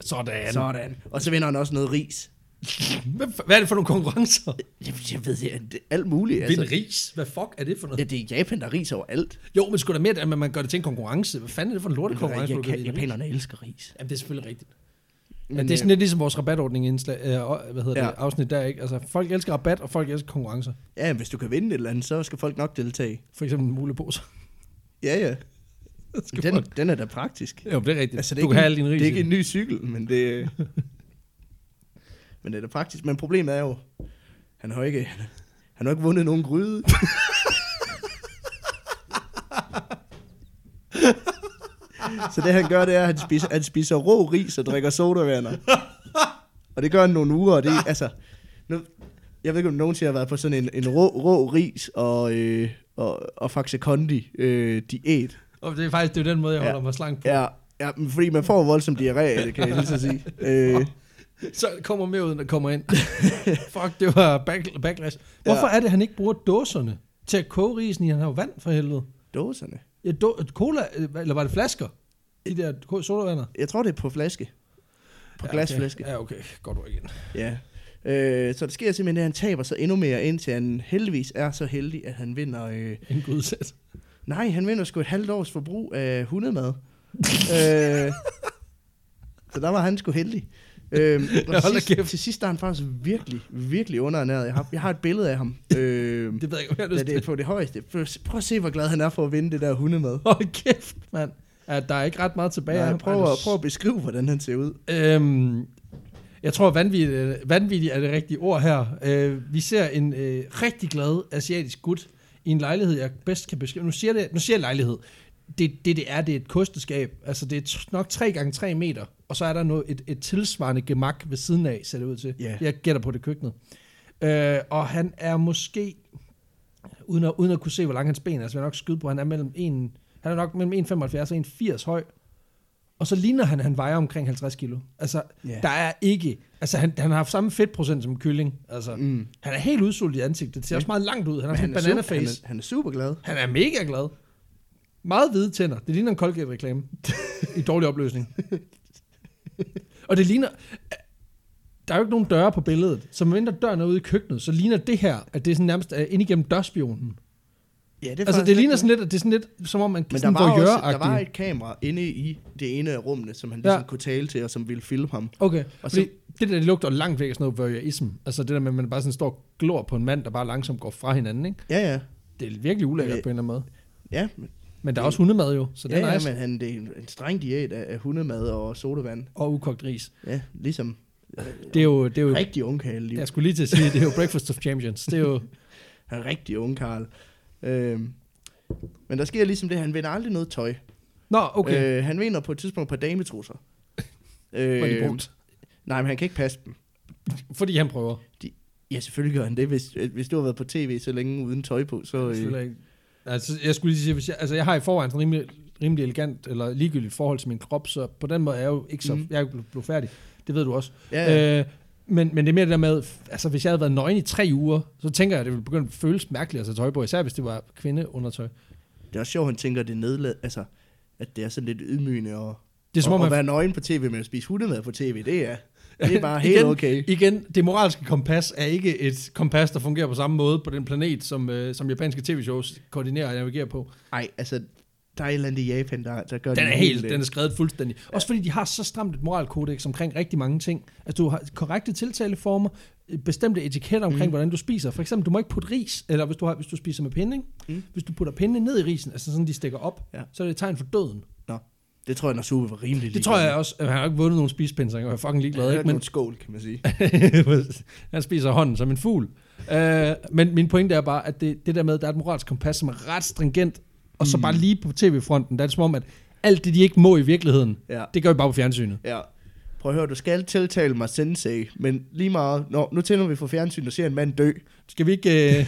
[SPEAKER 1] Sådan.
[SPEAKER 2] Sådan. Og så vinder han også noget ris.
[SPEAKER 1] Hvad, hvad er det for nogle konkurrencer?
[SPEAKER 2] Jeg, jeg ved det, det er alt muligt. altså.
[SPEAKER 1] Vind ris? Hvad fuck er det for noget?
[SPEAKER 2] Ja, det er Japan, der er ris overalt.
[SPEAKER 1] Jo, men sgu da mere, at man gør det til en konkurrence. Hvad fanden er det for en lortekonkurrence, hvor du kan
[SPEAKER 2] Japan,
[SPEAKER 1] vinde ris?
[SPEAKER 2] japanerne elsker ris.
[SPEAKER 1] Jamen, det er selvfølgelig rigtigt. Men,
[SPEAKER 2] Men, øh,
[SPEAKER 1] det er sådan lidt ligesom vores rabatordning indslag, øh, øh, hvad hedder ja.
[SPEAKER 2] Ja.
[SPEAKER 1] det, afsnit der, ikke? Altså, folk elsker rabat, og folk elsker konkurrencer.
[SPEAKER 2] Ja, men hvis du kan vinde et eller andet, så skal folk nok deltage.
[SPEAKER 1] For eksempel en muleposer.
[SPEAKER 2] Ja, ja.
[SPEAKER 1] Skal
[SPEAKER 2] Den,
[SPEAKER 1] folk-
[SPEAKER 2] den er da praktisk.
[SPEAKER 1] Jo, men det er rigtigt. Altså,
[SPEAKER 2] Altså,
[SPEAKER 1] det du
[SPEAKER 2] det er
[SPEAKER 1] kan
[SPEAKER 2] ikke-
[SPEAKER 1] have alle dine ris.
[SPEAKER 2] Det er ikke
[SPEAKER 1] i
[SPEAKER 2] en ny cykel, men det... men det er da praktisk. Men problemet er jo, han har jo ikke, han har jo ikke vundet nogen gryde. Så det han gør, det er, at han spiser, han spiser rå ris og drikker sodavander. Og det gør han nogle uger, og det er, altså... Nu, jeg ved ikke, om nogen siger, har været på sådan en, en rå, rå ris og, øh, og, og Faxe Kondi øh, diæt.
[SPEAKER 1] den. Og det er faktisk det er jo den måde, jeg
[SPEAKER 2] Ja.
[SPEAKER 1] holder mig slank på.
[SPEAKER 2] Ja, ja men fordi man får voldsom diarré af det, kan jeg lige så sige. Øh,
[SPEAKER 1] Så det kommer mere ud, end der kommer ind. Fuck, det var back, backlash. Hvorfor er det, han ikke bruger dåserne til at koge risen i? Han har jo vand for helvede.
[SPEAKER 2] dåserne.
[SPEAKER 1] Ja, do, cola, øh, eller var det flasker? De der ko- sodavander?
[SPEAKER 2] Jeg tror, det er på flaske. På glasflaske.
[SPEAKER 1] Ja, okay. Ja, okay. Godt ord igen.
[SPEAKER 2] Ja. Øh, så det sker simpelthen, at han taber sig endnu mere, indtil han heldigvis er så heldig, at han vinder... Øh,
[SPEAKER 1] En gudsæt.
[SPEAKER 2] nej, han vinder sgu et halvt års forbrug af hundemad. øh, så der var han sgu heldig. Øhm, og
[SPEAKER 1] Hold da
[SPEAKER 2] til,
[SPEAKER 1] kæft.
[SPEAKER 2] sidst, til sidst er han faktisk virkelig, virkelig underernæret. Jeg har, jeg har et billede af ham. Øh,
[SPEAKER 1] Det ved jeg ikke, om jeg har
[SPEAKER 2] da
[SPEAKER 1] lyst
[SPEAKER 2] det er
[SPEAKER 1] til.
[SPEAKER 2] på det højeste. Prøv, prøv at se, hvor glad han er for at vinde det der hundemad.
[SPEAKER 1] Hold kæft, mand. Ja, der er ikke ret meget tilbage. af
[SPEAKER 2] Nej,
[SPEAKER 1] ham.
[SPEAKER 2] prøv,
[SPEAKER 1] Ej,
[SPEAKER 2] at,
[SPEAKER 1] det-
[SPEAKER 2] prøv at beskrive, hvordan han ser ud.
[SPEAKER 1] Øhm, jeg tror, vanvittigt, vanvittigt er det rigtige ord her. Øh, vi ser en øh, rigtig glad asiatisk gut i en lejlighed, jeg bedst kan beskrive. Nu siger, det, nu siger jeg lejlighed. Det, det, det er, det er et kosteskab. Altså, det er t- nok 3 gange 3 meter, og så er der noget, et, et tilsvarende gemak ved siden af, ser det ud til.
[SPEAKER 2] Ja.
[SPEAKER 1] Jeg gætter på det køkkenet. Øh, og han er måske, uden at, uden at kunne se, hvor lang hans ben er, så vil jeg nok skyde på, han er, mellem en, han er nok mellem 1,75 og 1,80 høj. Og så ligner han, han vejer omkring 50 kilo. Altså,
[SPEAKER 2] Ja.
[SPEAKER 1] der er ikke... Altså, han, han har haft samme fedtprocent som kylling. Altså, mm. han er helt udsultet i ansigtet. Det ser også meget langt ud. Han har sådan en
[SPEAKER 2] er
[SPEAKER 1] banana
[SPEAKER 2] super, han,
[SPEAKER 1] face.
[SPEAKER 2] er, han er super glad.
[SPEAKER 1] Han er mega glad. Meget hvide tænder. Det ligner en Colgate-reklame. I dårlig opløsning. Og det ligner... Der er jo ikke nogen døre på billedet. Så medmindre døren er ude i køkkenet, så ligner det her, at det er sådan nærmest øh, ind igennem dørspionen.
[SPEAKER 2] Ja, det
[SPEAKER 1] altså, det ligner sådan lidt, at det er sådan lidt, som om man
[SPEAKER 2] Men der
[SPEAKER 1] sådan
[SPEAKER 2] var, også, der
[SPEAKER 1] voyeur-agtig.
[SPEAKER 2] var et kamera inde i det ene af rummene, som han ligesom
[SPEAKER 1] Ja.
[SPEAKER 2] ja. kunne tale til, og som ville filme ham.
[SPEAKER 1] Okay, og
[SPEAKER 2] Og
[SPEAKER 1] fordi
[SPEAKER 2] så-
[SPEAKER 1] det der det lugter langt væk af sådan noget voyeurism. Altså det der med, at man bare sådan står og glor på en mand, der bare langsomt går fra hinanden, ikke?
[SPEAKER 2] Ja, ja.
[SPEAKER 1] Det er virkelig ulækkert
[SPEAKER 2] Øh,
[SPEAKER 1] på en eller anden måde.
[SPEAKER 2] Ja, men,
[SPEAKER 1] Men der er også hundemad jo, så det
[SPEAKER 2] ja,
[SPEAKER 1] er
[SPEAKER 2] ja,
[SPEAKER 1] nice.
[SPEAKER 2] men han, det er en, en streng diæt af, af hundemad og sodavand.
[SPEAKER 1] Og ukogt ris.
[SPEAKER 2] Ja, ligesom
[SPEAKER 1] Det er jo, det er jo
[SPEAKER 2] rigtig ungkarl. Liv.
[SPEAKER 1] jeg skulle lige til at sige, det er jo breakfast of champions. Det er jo,
[SPEAKER 2] Han er rigtig ungkarl. Øhm, men der sker ligesom det, han vinder aldrig noget tøj.
[SPEAKER 1] nå okay, øh,
[SPEAKER 2] Øh, han vinder på et tidspunkt på dametrusser.
[SPEAKER 1] var de
[SPEAKER 2] Øh,
[SPEAKER 1] brugt.
[SPEAKER 2] nej, men han kan ikke passe dem.
[SPEAKER 1] Fordi han prøver.
[SPEAKER 2] øh, Ja, selvfølgelig gør han det. Hvis, øh, hvis du har været på tv så længe uden tøj på, så... Øh,
[SPEAKER 1] Selvfølgelig ikke. Altså, jeg skulle lige sige, hvis jeg, altså jeg har i forvejen sådan rimelig rimelig elegant eller ligegyldigt forhold til min krop, så på den måde er jeg jo ikke så...
[SPEAKER 2] Mhm.
[SPEAKER 1] Mm. Jeg er jo blevet- blevet færdig. Det ved du også.
[SPEAKER 2] Ja, ja.
[SPEAKER 1] Øh, men, men det er mere det der med, f- altså hvis jeg havde været nøgen i tre uger, så tænker jeg, at det ville begynde at føles mærkeligt at tage tøj på, især hvis det var kvindeundertøj.
[SPEAKER 2] Det er også sjovt, han tænker, at det er nedlad, altså, at det er sådan lidt ydmygende og,
[SPEAKER 1] Det er som
[SPEAKER 2] og,
[SPEAKER 1] om,
[SPEAKER 2] at
[SPEAKER 1] at
[SPEAKER 2] være nøgen på tv, men at spise hundemad på tv, det er, det er bare helt
[SPEAKER 1] Igen.
[SPEAKER 2] okay.
[SPEAKER 1] igen, det moralske kompas er ikke et kompas, der fungerer på samme måde på den planet, som, øh, som japanske tv-shows koordinerer og navigerer på.
[SPEAKER 2] Nej, altså, der er et eller andet i Japan, der, der gør
[SPEAKER 1] Den
[SPEAKER 2] det
[SPEAKER 1] er helt, den er skrevet fuldstændig. Også fordi de har så stramt et moralkodex omkring rigtig mange ting. Altså du har korrekte tiltaleformer, øh, bestemte etiketter omkring,
[SPEAKER 2] Mm.
[SPEAKER 1] mm. hvordan du spiser. For eksempel, du må ikke putte ris, eller hvis du, har, hvis du spiser med pinde, ikke?
[SPEAKER 2] Mm.
[SPEAKER 1] Mm. hvis du putter pinde ned i risen, altså sådan de stikker op,
[SPEAKER 2] Ja.
[SPEAKER 1] ja. så er det et tegn for døden.
[SPEAKER 2] Det tror jeg, når Sube var rimelig
[SPEAKER 1] Det tror jeg også, at han har ikke vundet nogen spisepinser, og jeg er fucking
[SPEAKER 2] glad,
[SPEAKER 1] ligeglad,
[SPEAKER 2] ikke?
[SPEAKER 1] ikke?
[SPEAKER 2] Men...
[SPEAKER 1] Men
[SPEAKER 2] skål, kan man sige.
[SPEAKER 1] han spiser hånden som en fugl. Øh, men min pointe er bare, at det, det der med, at der er et moralsk kompas, som er ret stringent, og så
[SPEAKER 2] Mm.
[SPEAKER 1] bare lige på tv-fronten, der er det som om, at alt det, de ikke må i virkeligheden,
[SPEAKER 2] Ja.
[SPEAKER 1] det gør vi bare på fjernsynet.
[SPEAKER 2] Ja. Prøv at høre, du skal tiltale mig sensei, men lige meget, når, nu tænder vi for fjernsyn og ser en mand dø.
[SPEAKER 1] Skal vi ikke... Øh...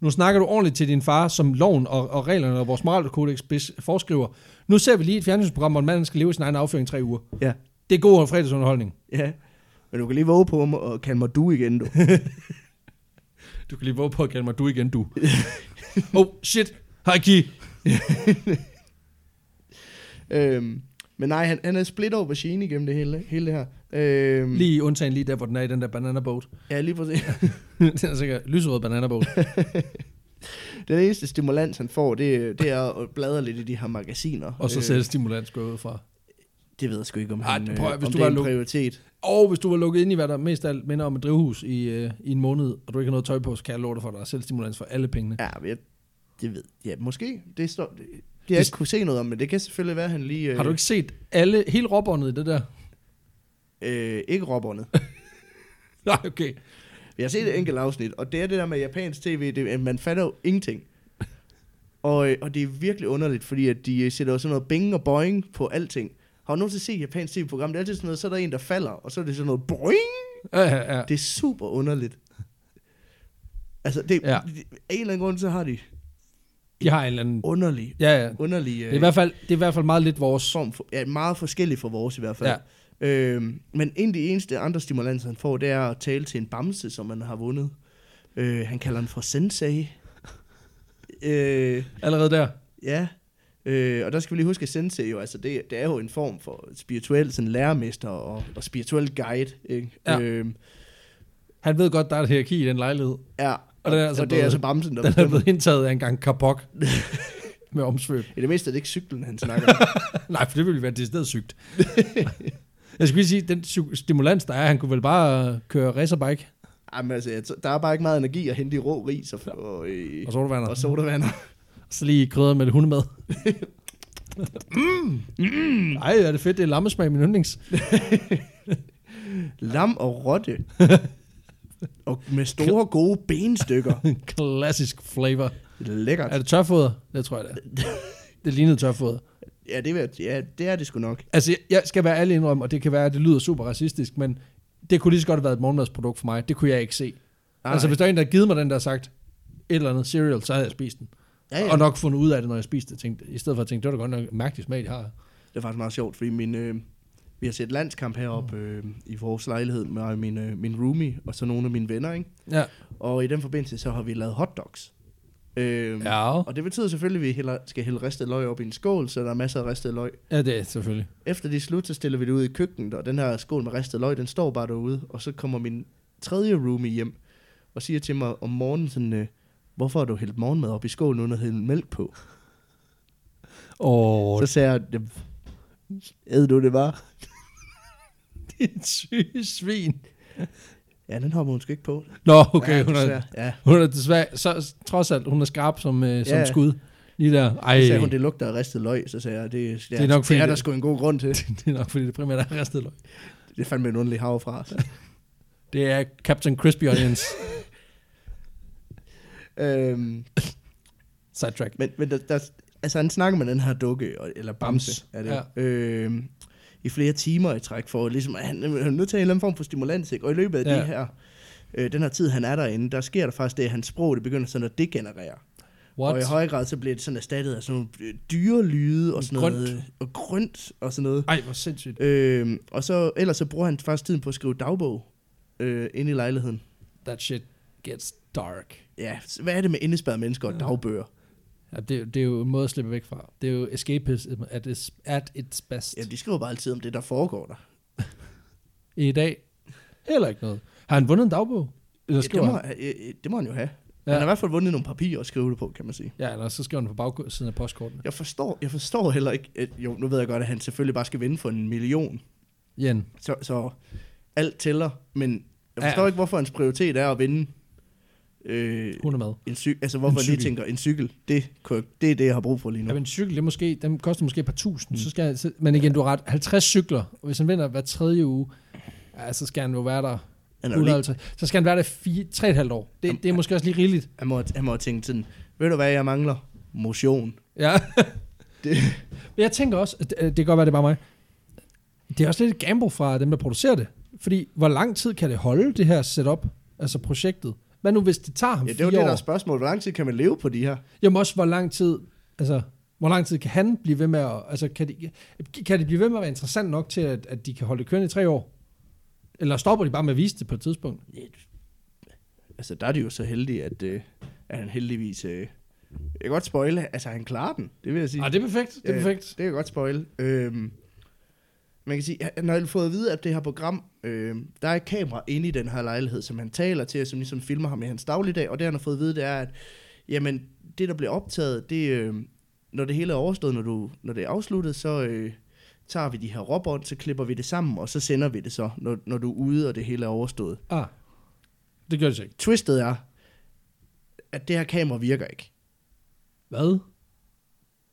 [SPEAKER 1] Nu snakker du ordentligt til din far, som loven og, og reglerne og vores moralkodex bes- foreskriver. Nu ser vi lige et fjernsynsprogram, hvor en mand skal leve i sin egen afføring i tre uger.
[SPEAKER 2] Ja.
[SPEAKER 1] Det er god fredagsunderholdning.
[SPEAKER 2] Ja. Men du kan lige våge på mig og kalde mig du igen, du.
[SPEAKER 1] Du kan lige våge på at kalde mig du igen, du. oh, shit. Hej, Ki.
[SPEAKER 2] øhm, men nej, han, han er split aubergine igennem det hele, hele det her. Øhm,
[SPEAKER 1] Lige undtagen lige der, hvor den er i den der banana boat.
[SPEAKER 2] Ja, lige præcis.
[SPEAKER 1] den er sikkert lyserød banana boat.
[SPEAKER 2] Den eneste stimulans, han får, det, det er at bladre lidt i de her magasiner. Øh,
[SPEAKER 1] Og så selv stimulans går jeg ud fra.
[SPEAKER 2] Det ved jeg sgu ikke, om,
[SPEAKER 1] Ej,
[SPEAKER 2] han,
[SPEAKER 1] det-
[SPEAKER 2] øh,
[SPEAKER 1] prøv at-
[SPEAKER 2] om
[SPEAKER 1] hvis
[SPEAKER 2] det
[SPEAKER 1] du
[SPEAKER 2] er
[SPEAKER 1] bare
[SPEAKER 2] en
[SPEAKER 1] luk-
[SPEAKER 2] prioritet.
[SPEAKER 1] Og hvis du var lukket ind i, hvad der mest af alt minder om et drivhus i, øh, i en måned, og du ikke har noget tøj på, så kan jeg love dig for, at der er selvstimulans for alle pengene.
[SPEAKER 2] Ja, men jeg, det ved ja, måske. Det, står, det, det, har jeg
[SPEAKER 1] Det-
[SPEAKER 2] ikke kunne se noget om, men det kan selvfølgelig være, at han lige... Øh,
[SPEAKER 1] Har du ikke set alle, hele råbåndet i det der?
[SPEAKER 2] Øh, ikke robberne.
[SPEAKER 1] Nej, okay.
[SPEAKER 2] Jeg har set et enkelt afsnit, og det er det der med japansk tv, det, at man fatter jo ingenting. Og, øh, og det er virkelig underligt, fordi at de øh, sætter jo sådan noget bing og boing på alting. Har du nogensinde set et japansk tv-program? Det er altid sådan noget, så er der en, der falder, og så er det sådan noget boing.
[SPEAKER 1] Ja, ja, ja.
[SPEAKER 2] Det er super underligt. Altså, det, ja.
[SPEAKER 1] Ja.
[SPEAKER 2] af en eller anden grund, så har de
[SPEAKER 1] De har en eller anden...
[SPEAKER 2] underlig,
[SPEAKER 1] Ja, ja.
[SPEAKER 2] underlig
[SPEAKER 1] Det er i hvert fald, det er i hvert fald meget lidt vores...
[SPEAKER 2] øh, form for, ja, meget forskellig fra vores i hvert fald.
[SPEAKER 1] Ja.
[SPEAKER 2] Ja. Øhm, men en af de eneste andre stimulanser, han får, det er at tale til en bamse, som han har vundet. Øh, han kalder den for sensei. øh,
[SPEAKER 1] Allerede der.
[SPEAKER 2] ja, øh, og der skal vi lige huske, at sensei jo, altså det, det er jo en form for spirituel sådan lærermester og, og spirituel guide. Ikke?
[SPEAKER 1] Ja.
[SPEAKER 2] Øhm,
[SPEAKER 1] Han ved godt, der er et hierarki i den lejlighed.
[SPEAKER 2] ja.
[SPEAKER 1] Og den er altså
[SPEAKER 2] og det er
[SPEAKER 1] blevet-
[SPEAKER 2] altså bamsen, der
[SPEAKER 1] Den er
[SPEAKER 2] bestemmer.
[SPEAKER 1] blevet indtaget af en gang kapok. med omsvøb.
[SPEAKER 2] I det mindste er det ikke cyklen, han snakker om.
[SPEAKER 1] Nej, for det ville være decideret sygt. Jeg skulle lige sige, den psy- stimulans, der er, han kunne vel bare øh, køre racerbike
[SPEAKER 2] Jamen, altså, jeg t- der er bare ikke meget energi at hente i rå ris og, og, øh,
[SPEAKER 1] og sodavander.
[SPEAKER 2] og sodavand.
[SPEAKER 1] Så lige krydder med lidt hundemad. mm. Ej, er det fedt, det er lammesmag, min yndlings.
[SPEAKER 2] Lam og rotte. og med store, gode benstykker.
[SPEAKER 1] Klassisk flavor.
[SPEAKER 2] Lækkert.
[SPEAKER 1] Er det tørfoder? Det tror jeg, det er. Det lignede tørfoder.
[SPEAKER 2] Ja, det, vil- ja, det er det sgu nok.
[SPEAKER 1] Altså, jeg- jeg skal være ærlig indrømme, og det kan være, at det lyder super racistisk, men det kunne lige så godt have været et morgenmadsprodukt for mig. Det kunne jeg ikke se.
[SPEAKER 2] Nej,
[SPEAKER 1] Ej. Altså,
[SPEAKER 2] nej.
[SPEAKER 1] hvis der er en, der har givet mig den, der har sagt et eller andet cereal, så havde jeg spist den.
[SPEAKER 2] Ja, ja.
[SPEAKER 1] Og nok fundet ud af det, når jeg spiste det, tænkte, i stedet for at tænke, det var da godt nok en mærkelig smag, de har.
[SPEAKER 2] Det er faktisk meget sjovt, fordi min, øh, vi har set landskamp heroppe
[SPEAKER 1] Mm.
[SPEAKER 2] øh, i vores lejlighed med min, øh, min roomie og så nogle af mine venner. Ikke?
[SPEAKER 1] Ja.
[SPEAKER 2] Og i den forbindelse, så har vi lavet hotdogs. Øh,
[SPEAKER 1] Ja,
[SPEAKER 2] Og det betyder selvfølgelig, at vi hælder, skal hælde ristet løg op i en skål, så der er masser af ristet løg.
[SPEAKER 1] ja det er selvfølgelig.
[SPEAKER 2] Efter det er slut, så stiller vi det ud i køkkenet, og den her skål med ristet løg, den står bare derude. Og så kommer min tredje roomie hjem og siger til mig om morgenen sådan, øh, hvorfor har du hældt morgenmad op i skålen uden at hælde mælk på?
[SPEAKER 1] Åh,
[SPEAKER 2] Så sagde jeg, "Jamen, æd du det bare?
[SPEAKER 1] det er en syge svin.
[SPEAKER 2] Ja, den hopper hun sgu ikke på.
[SPEAKER 1] Nå, okay,
[SPEAKER 2] ja,
[SPEAKER 1] hun
[SPEAKER 2] desværre.
[SPEAKER 1] er,
[SPEAKER 2] Ja,
[SPEAKER 1] hun er desværre, så trods alt, hun er skarp som, øh, som
[SPEAKER 2] Ja.
[SPEAKER 1] skud. Lige der, ej,
[SPEAKER 2] så sagde hun, det lugter af ristet løg, så sagde jeg, det, det,
[SPEAKER 1] er nok
[SPEAKER 2] det
[SPEAKER 1] fordi,
[SPEAKER 2] er
[SPEAKER 1] det-
[SPEAKER 2] der sgu en god grund til.
[SPEAKER 1] det er nok, fordi det primært er ristet løg.
[SPEAKER 2] Det er fandme en underlig havfras.
[SPEAKER 1] Det er Captain Crispy Onions
[SPEAKER 2] øhm,
[SPEAKER 1] sidetrack.
[SPEAKER 2] Men, men der, der, altså han snakker med den her dukke, og- eller bamse,
[SPEAKER 1] Bams,
[SPEAKER 2] er det, ja. øh, i flere timer i træk, for ligesom, at han er nødt til en eller anden form for stimulans, ikke? og i løbet af ja.
[SPEAKER 1] Ja.
[SPEAKER 2] de her, øh, den her tid, han er derinde, der sker der faktisk det, at hans sprog, det begynder sådan at degenerere.
[SPEAKER 1] What?
[SPEAKER 2] Og i høj grad så blev det sådan erstattet af sådan nogle øh, dyre lyde og sådan
[SPEAKER 1] Grønt.
[SPEAKER 2] noget. øh, Og grønt og sådan noget.
[SPEAKER 1] Ej, hvor sindssygt.
[SPEAKER 2] Øhm, og så, ellers så bruger han faktisk tiden på at skrive dagbog øh, inde i lejligheden.
[SPEAKER 1] That shit gets dark.
[SPEAKER 2] Ja, s- hvad er det med indespærrede mennesker og dagbøger?
[SPEAKER 1] Ja, det, det er jo en måde at slippe væk fra. Det er jo escapism at its, at its best.
[SPEAKER 2] Ja, de skriver bare altid om det, der foregår der.
[SPEAKER 1] I dag, heller ikke noget. Har han vundet en dagbog? Eller
[SPEAKER 2] Ja,
[SPEAKER 1] skriver
[SPEAKER 2] det, må,
[SPEAKER 1] ja,
[SPEAKER 2] øh, øh, det må han jo have.
[SPEAKER 1] Ja.
[SPEAKER 2] Ja. Han har i hvert fald vundet nogle papirer at skrive det på, kan man sige.
[SPEAKER 1] ja, eller så skriver han på bagsiden af postkortene.
[SPEAKER 2] Jeg forstår, jeg forstår heller ikke, at, jo, nu ved jeg godt, at han selvfølgelig bare skal vinde for en million.
[SPEAKER 1] Jen,
[SPEAKER 2] Så, så alt tæller, men jeg
[SPEAKER 1] Ja.
[SPEAKER 2] forstår ja. ikke, hvorfor hans prioritet er at vinde øh,
[SPEAKER 1] hun er med.
[SPEAKER 2] en cykel. Altså, hvorfor
[SPEAKER 1] En
[SPEAKER 2] han lige
[SPEAKER 1] cykel.
[SPEAKER 2] tænker, en cykel, det, kunne jeg- det er det, jeg har brug for lige nu.
[SPEAKER 1] Ja, men en cykel, det er måske, den koster måske et par tusind.
[SPEAKER 2] Mm.
[SPEAKER 1] Så skal, han- så, men igen, du har ret. 50 cykler, og hvis han vinder hver tredje uge, ja, så skal han jo være der
[SPEAKER 2] Han, er jo lige,
[SPEAKER 1] 150. Så skal han være der fire, tre og et halvt år. Det, det er måske også lige rigeligt.
[SPEAKER 2] han, må, han må have tænkt sådan, ved du hvad, jeg mangler? Motion.
[SPEAKER 1] Ja.
[SPEAKER 2] Det-
[SPEAKER 1] Men jeg tænker også, at øh, det kan godt være, det er bare mig. Det er også lidt et gamble fra dem, der producerer det. Fordi, hvor lang tid kan det holde, det her setup? Altså projektet. Hvad nu, hvis det tager ham
[SPEAKER 2] Ja, det
[SPEAKER 1] fire
[SPEAKER 2] er jo det,
[SPEAKER 1] år?
[SPEAKER 2] der er spørgsmålet. Hvor lang tid kan man leve på de her?
[SPEAKER 1] Jamen også, hvor lang tid, altså, hvor lang tid kan han blive ved med at, altså, kan de, kan de blive ved med at være interessant nok til, at, at de kan holde det kørende i tre år? Eller stopper de bare med at vise det på et tidspunkt?
[SPEAKER 2] Ja, du- Altså, der er de jo så heldige, at, øh, at han heldigvis... Øh, jeg kan godt spoile, altså han klarer den, det vil jeg sige.
[SPEAKER 1] Ah, det er perfekt, det er
[SPEAKER 2] Øh,
[SPEAKER 1] perfekt.
[SPEAKER 2] Det kan jeg godt spoile. Øhm, man kan sige, han har jo fået at vide, at det her program, øhm, der er et kamera inde i den her lejlighed, som han taler til, og som ligesom filmer ham i hans dagligdag, og det han har fået at vide, det er, at jamen, det der bliver optaget, det, øhm, når det hele er overstået, når, du, når det er afsluttet, så øh, tager vi de her råbånd, så klipper vi det sammen, og så sender vi det så, når, når du er ude, og det hele er overstået
[SPEAKER 1] Ah, det gør det så ikke.
[SPEAKER 2] twistet er, at det her kamera virker ikke.
[SPEAKER 1] Hvad?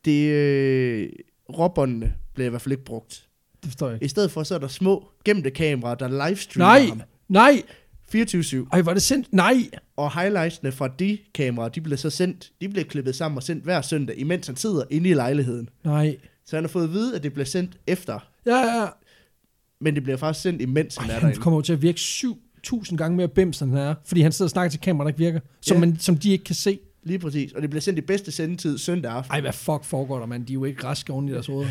[SPEAKER 2] Det, øh, råbåndene bliver i hvert fald ikke brugt.
[SPEAKER 1] Det forstår jeg ikke.
[SPEAKER 2] I stedet for, så er der små gemte kameraer, der livestreamer
[SPEAKER 1] Nej,
[SPEAKER 2] ham
[SPEAKER 1] nej,
[SPEAKER 2] 24-7.
[SPEAKER 1] ej, var det sindssygt, nej.
[SPEAKER 2] Og highlightsene fra de kameraer, de bliver så sendt, de bliver klippet sammen og sendt hver søndag, imens han sidder inde i lejligheden.
[SPEAKER 1] Nej,
[SPEAKER 2] Så han har fået at vide, at det bliver sendt efter,
[SPEAKER 1] ja, ja, ja.
[SPEAKER 2] men det bliver faktisk sendt imens han
[SPEAKER 1] Ej,
[SPEAKER 2] er
[SPEAKER 1] han
[SPEAKER 2] derinde.
[SPEAKER 1] kommer jo til at virke 7000 gange mere bims, end han er, fordi han sidder og snakker til kameraer, der ikke virker, som,
[SPEAKER 2] Ja.
[SPEAKER 1] man, som de ikke kan se.
[SPEAKER 2] Lige præcis. Og det bliver sendt i bedste sendetid søndag aften.
[SPEAKER 1] Ej, hvad fuck foregår der, mand? De er jo ikke raske oven i deres hoveder.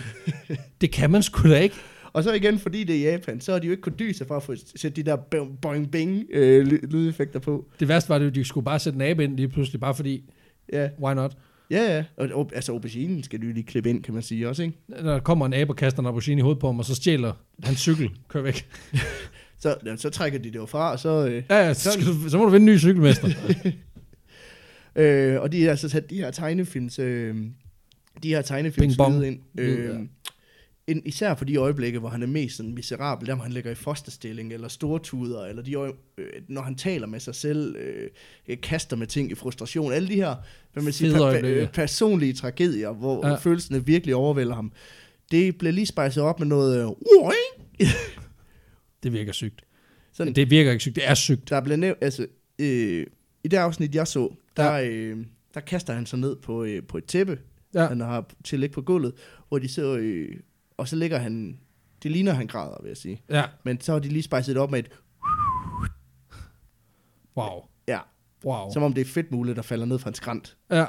[SPEAKER 1] det kan man sgu da ikke.
[SPEAKER 2] Og så igen, fordi det er Japan, så har de jo ikke kunnet dyse sig for at få sætte de der bing- boing-bing øh, ly- lydeffekter på.
[SPEAKER 1] Det værste var, det, at de skulle bare sætte en abe ind lige pludselig, bare fordi,
[SPEAKER 2] Ja,
[SPEAKER 1] why not?
[SPEAKER 2] ja, ja. Og, og, altså auberginen skal du lige klippe ind, kan man sige også, ikke?
[SPEAKER 1] Når der kommer en abe og kaster en aubergine i hovedet på ham, og så stjæler hans cykel, kører væk.
[SPEAKER 2] Så, ja, så trækker de det jo fra, og så... Øh,
[SPEAKER 1] Ja, ja, så, skal du, så må du vinde en ny cykelmester.
[SPEAKER 2] øh, og de har altså sat de her tegnefilms... Øh, de her tegnefilms
[SPEAKER 1] Bing bong.
[SPEAKER 2] lyde ind.
[SPEAKER 1] Lyd,
[SPEAKER 2] Øh,
[SPEAKER 1] ja.
[SPEAKER 2] ind, især for de øjeblikke, hvor han er mest sådan miserabel, der hvor han ligger i fosterstilling, eller stortuder, eller de øje, øh, når han taler med sig selv, øh, øh, kaster med ting i frustration, alle de her hvad man siger,
[SPEAKER 1] Fede
[SPEAKER 2] per, per,
[SPEAKER 1] øjeblikke.
[SPEAKER 2] øh, personlige tragedier, hvor
[SPEAKER 1] Ja.
[SPEAKER 2] ja. følelserne virkelig overvælder ham. Det blev lige spejset op med noget, øh, "Oing!"
[SPEAKER 1] det virker sygt.
[SPEAKER 2] sådan,
[SPEAKER 1] Det virker ikke sygt, det er sygt.
[SPEAKER 2] der blev nævnt, altså, øh, i det afsnit, jeg så, der,
[SPEAKER 1] Ja.
[SPEAKER 2] øh, der kaster han sig ned på, øh, på et tæppe,
[SPEAKER 1] Ja.
[SPEAKER 2] ja. han har til at ligge på gulvet, hvor de så, øh, og så ligger han, det ligner, han græder, vil jeg sige.
[SPEAKER 1] Ja,
[SPEAKER 2] Men så har de lige spejset det op med et,
[SPEAKER 1] wow.
[SPEAKER 2] ja,
[SPEAKER 1] Wow.
[SPEAKER 2] oh. som om det er fedt muligt, der falder ned fra en skrant.
[SPEAKER 1] Ja,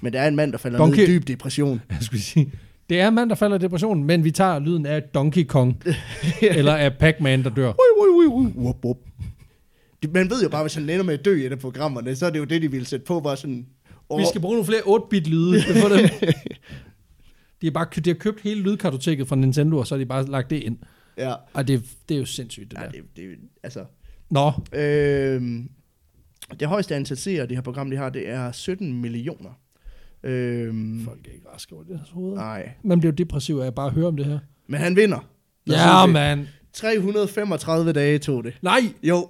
[SPEAKER 2] Men der er en mand, der falder
[SPEAKER 1] Donkey.
[SPEAKER 2] ned i dyb depression.
[SPEAKER 1] jeg skulle sige. Det er en mand, der falder i depressionen, men vi tager lyden af Donkey Kong, eller af Pac-Man, der dør.
[SPEAKER 2] Ui, ui, ui, ui. Wup, wup. Det- Man ved jo bare, hvis han ender med at dø i et af programmerne, så er det jo det, de ville sætte på, bare sådan, åh,
[SPEAKER 1] Vi skal bruge nogle flere 8-bit lyde for dem. De har bare kø- de har købt hele lydkartoteket fra Nintendo, og så har de bare lagt det ind.
[SPEAKER 2] ja,
[SPEAKER 1] Og det, det er jo sindssygt, det
[SPEAKER 2] ja
[SPEAKER 1] der.
[SPEAKER 2] det, det, altså,
[SPEAKER 1] Nå,
[SPEAKER 2] Øhm, det højeste antal seere, det her program, de har, det er 17 millioner. Øhm,
[SPEAKER 1] folk er ikke raske over deres hoveder.
[SPEAKER 2] nej.
[SPEAKER 1] Ah. Man bliver depressiv af at bare høre om det her.
[SPEAKER 2] Men han vinder. Lad os sige
[SPEAKER 1] Ja,
[SPEAKER 2] det.
[SPEAKER 1] man.
[SPEAKER 2] 335 dage tog det.
[SPEAKER 1] Nej,
[SPEAKER 2] Jo, øh,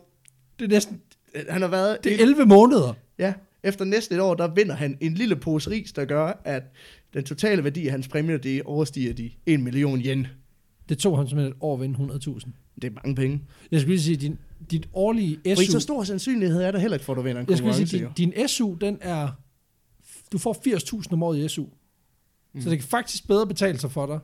[SPEAKER 1] det er næsten
[SPEAKER 2] han har været...
[SPEAKER 1] det er 11 måneder.
[SPEAKER 2] Ja, efter næsten et år, der vinder han en lille pose ris, der gør, at den totale værdi af hans præmier, det overstiger de 1 million yen.
[SPEAKER 1] Det tog ham simpelthen et år at vinde 100.000.
[SPEAKER 2] Det er mange penge.
[SPEAKER 1] Jeg skulle lige sige, din, dit årlige
[SPEAKER 2] For i så
[SPEAKER 1] SU...
[SPEAKER 2] stor sandsynlighed er der heller ikke for, at du vinder en
[SPEAKER 1] Jeg skulle lige
[SPEAKER 2] konkurrence.
[SPEAKER 1] sige,
[SPEAKER 2] jo.
[SPEAKER 1] din, din SU, den er... Du får 80.000 om året i SU. Mm. Så det kan faktisk bedre betale sig for dig.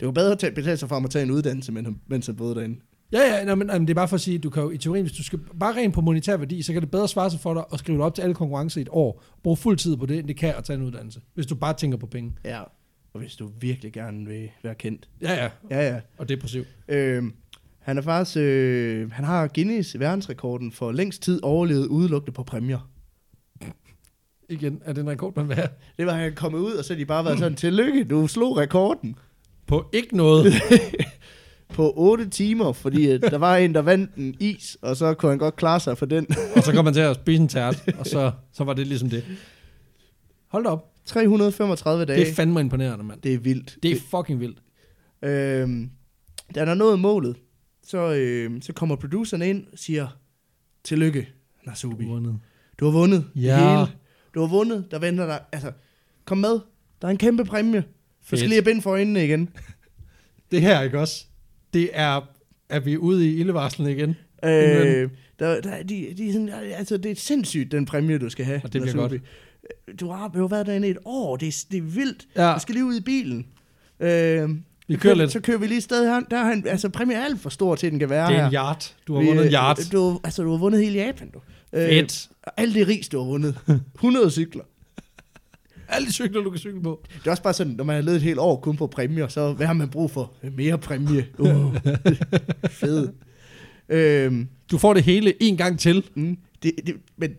[SPEAKER 2] Det var bedre at tage- betale sig for at tage en uddannelse, men han- mens han boede derinde.
[SPEAKER 1] Ja, ja, nej, men, nej, men det er bare for at sige, at du kan jo i teorien, hvis du skal bare rent på monetær værdi, så kan det bedre svare sig for dig at skrive dig op til alle konkurrencer i et år, bruge fuld tid på det, end det kan at tage en uddannelse, hvis du bare tænker på penge.
[SPEAKER 2] Ja. Og hvis du virkelig gerne vil være kendt.
[SPEAKER 1] Ja, ja,
[SPEAKER 2] Ja, ja.
[SPEAKER 1] og depressiv.
[SPEAKER 2] Øhm, han er faktisk, øh, han har Guinness verdensrekorden for længst tid overlevet udelukkende på præmier.
[SPEAKER 1] Igen, er det en rekord, man vil have?
[SPEAKER 2] Det var, han kommet ud, og så har de bare været sådan, tillykke, du slog rekorden
[SPEAKER 1] På ikke noget.
[SPEAKER 2] på 8 timer, fordi at der var en, der vandt en is, og så kunne han godt klare sig for den.
[SPEAKER 1] og så kom man til at spise en tært, og så, så var det ligesom det. Hold da op.
[SPEAKER 2] 335 dage.
[SPEAKER 1] Det er fandme imponerende, mand.
[SPEAKER 2] det er vildt.
[SPEAKER 1] Det er fucking vildt.
[SPEAKER 2] Øhm, da han har nået målet, så, øhm, så kommer produceren ind og siger, tillykke, Nasubi.
[SPEAKER 1] Vundet.
[SPEAKER 2] Du har vundet det
[SPEAKER 1] Ja.
[SPEAKER 2] hele. Du har vundet, der venter dig. Altså, kom med. Der er en kæmpe præmie. Du
[SPEAKER 1] Fedt.
[SPEAKER 2] skal lige have bind for øjnene igen.
[SPEAKER 1] Det her, ikke også? Det er, er vi ude i ildevarslen igen.
[SPEAKER 2] Øh, der, der, de, de, er sådan, altså, det er sindssygt, den præmie, du skal have.
[SPEAKER 1] Og det bliver
[SPEAKER 2] Nasubi. Du har jo været derinde i et år. Det er, det er vildt.
[SPEAKER 1] Ja,
[SPEAKER 2] Du skal lige ud i bilen. Øh,
[SPEAKER 1] vi kører lidt.
[SPEAKER 2] Så kører vi lige et sted her. Der er han, altså, præmien er alt for stor til, den kan være
[SPEAKER 1] Det er
[SPEAKER 2] her.
[SPEAKER 1] en yard. Du har
[SPEAKER 2] Vi,
[SPEAKER 1] vundet en
[SPEAKER 2] øh,
[SPEAKER 1] yard.
[SPEAKER 2] Du, altså, du har vundet hele Japan, du. Øh,
[SPEAKER 1] Fedt.
[SPEAKER 2] Alt det ris, du har vundet. 100 cykler.
[SPEAKER 1] Alle de cykler, du kan cykle på.
[SPEAKER 2] Det er også bare sådan, når man har levet et helt år kun på præmier, så hvad har man brug for? Mere præmie. Uh, fed. Øhm,
[SPEAKER 1] Du får det hele en gang til.
[SPEAKER 2] mm, det, det, men,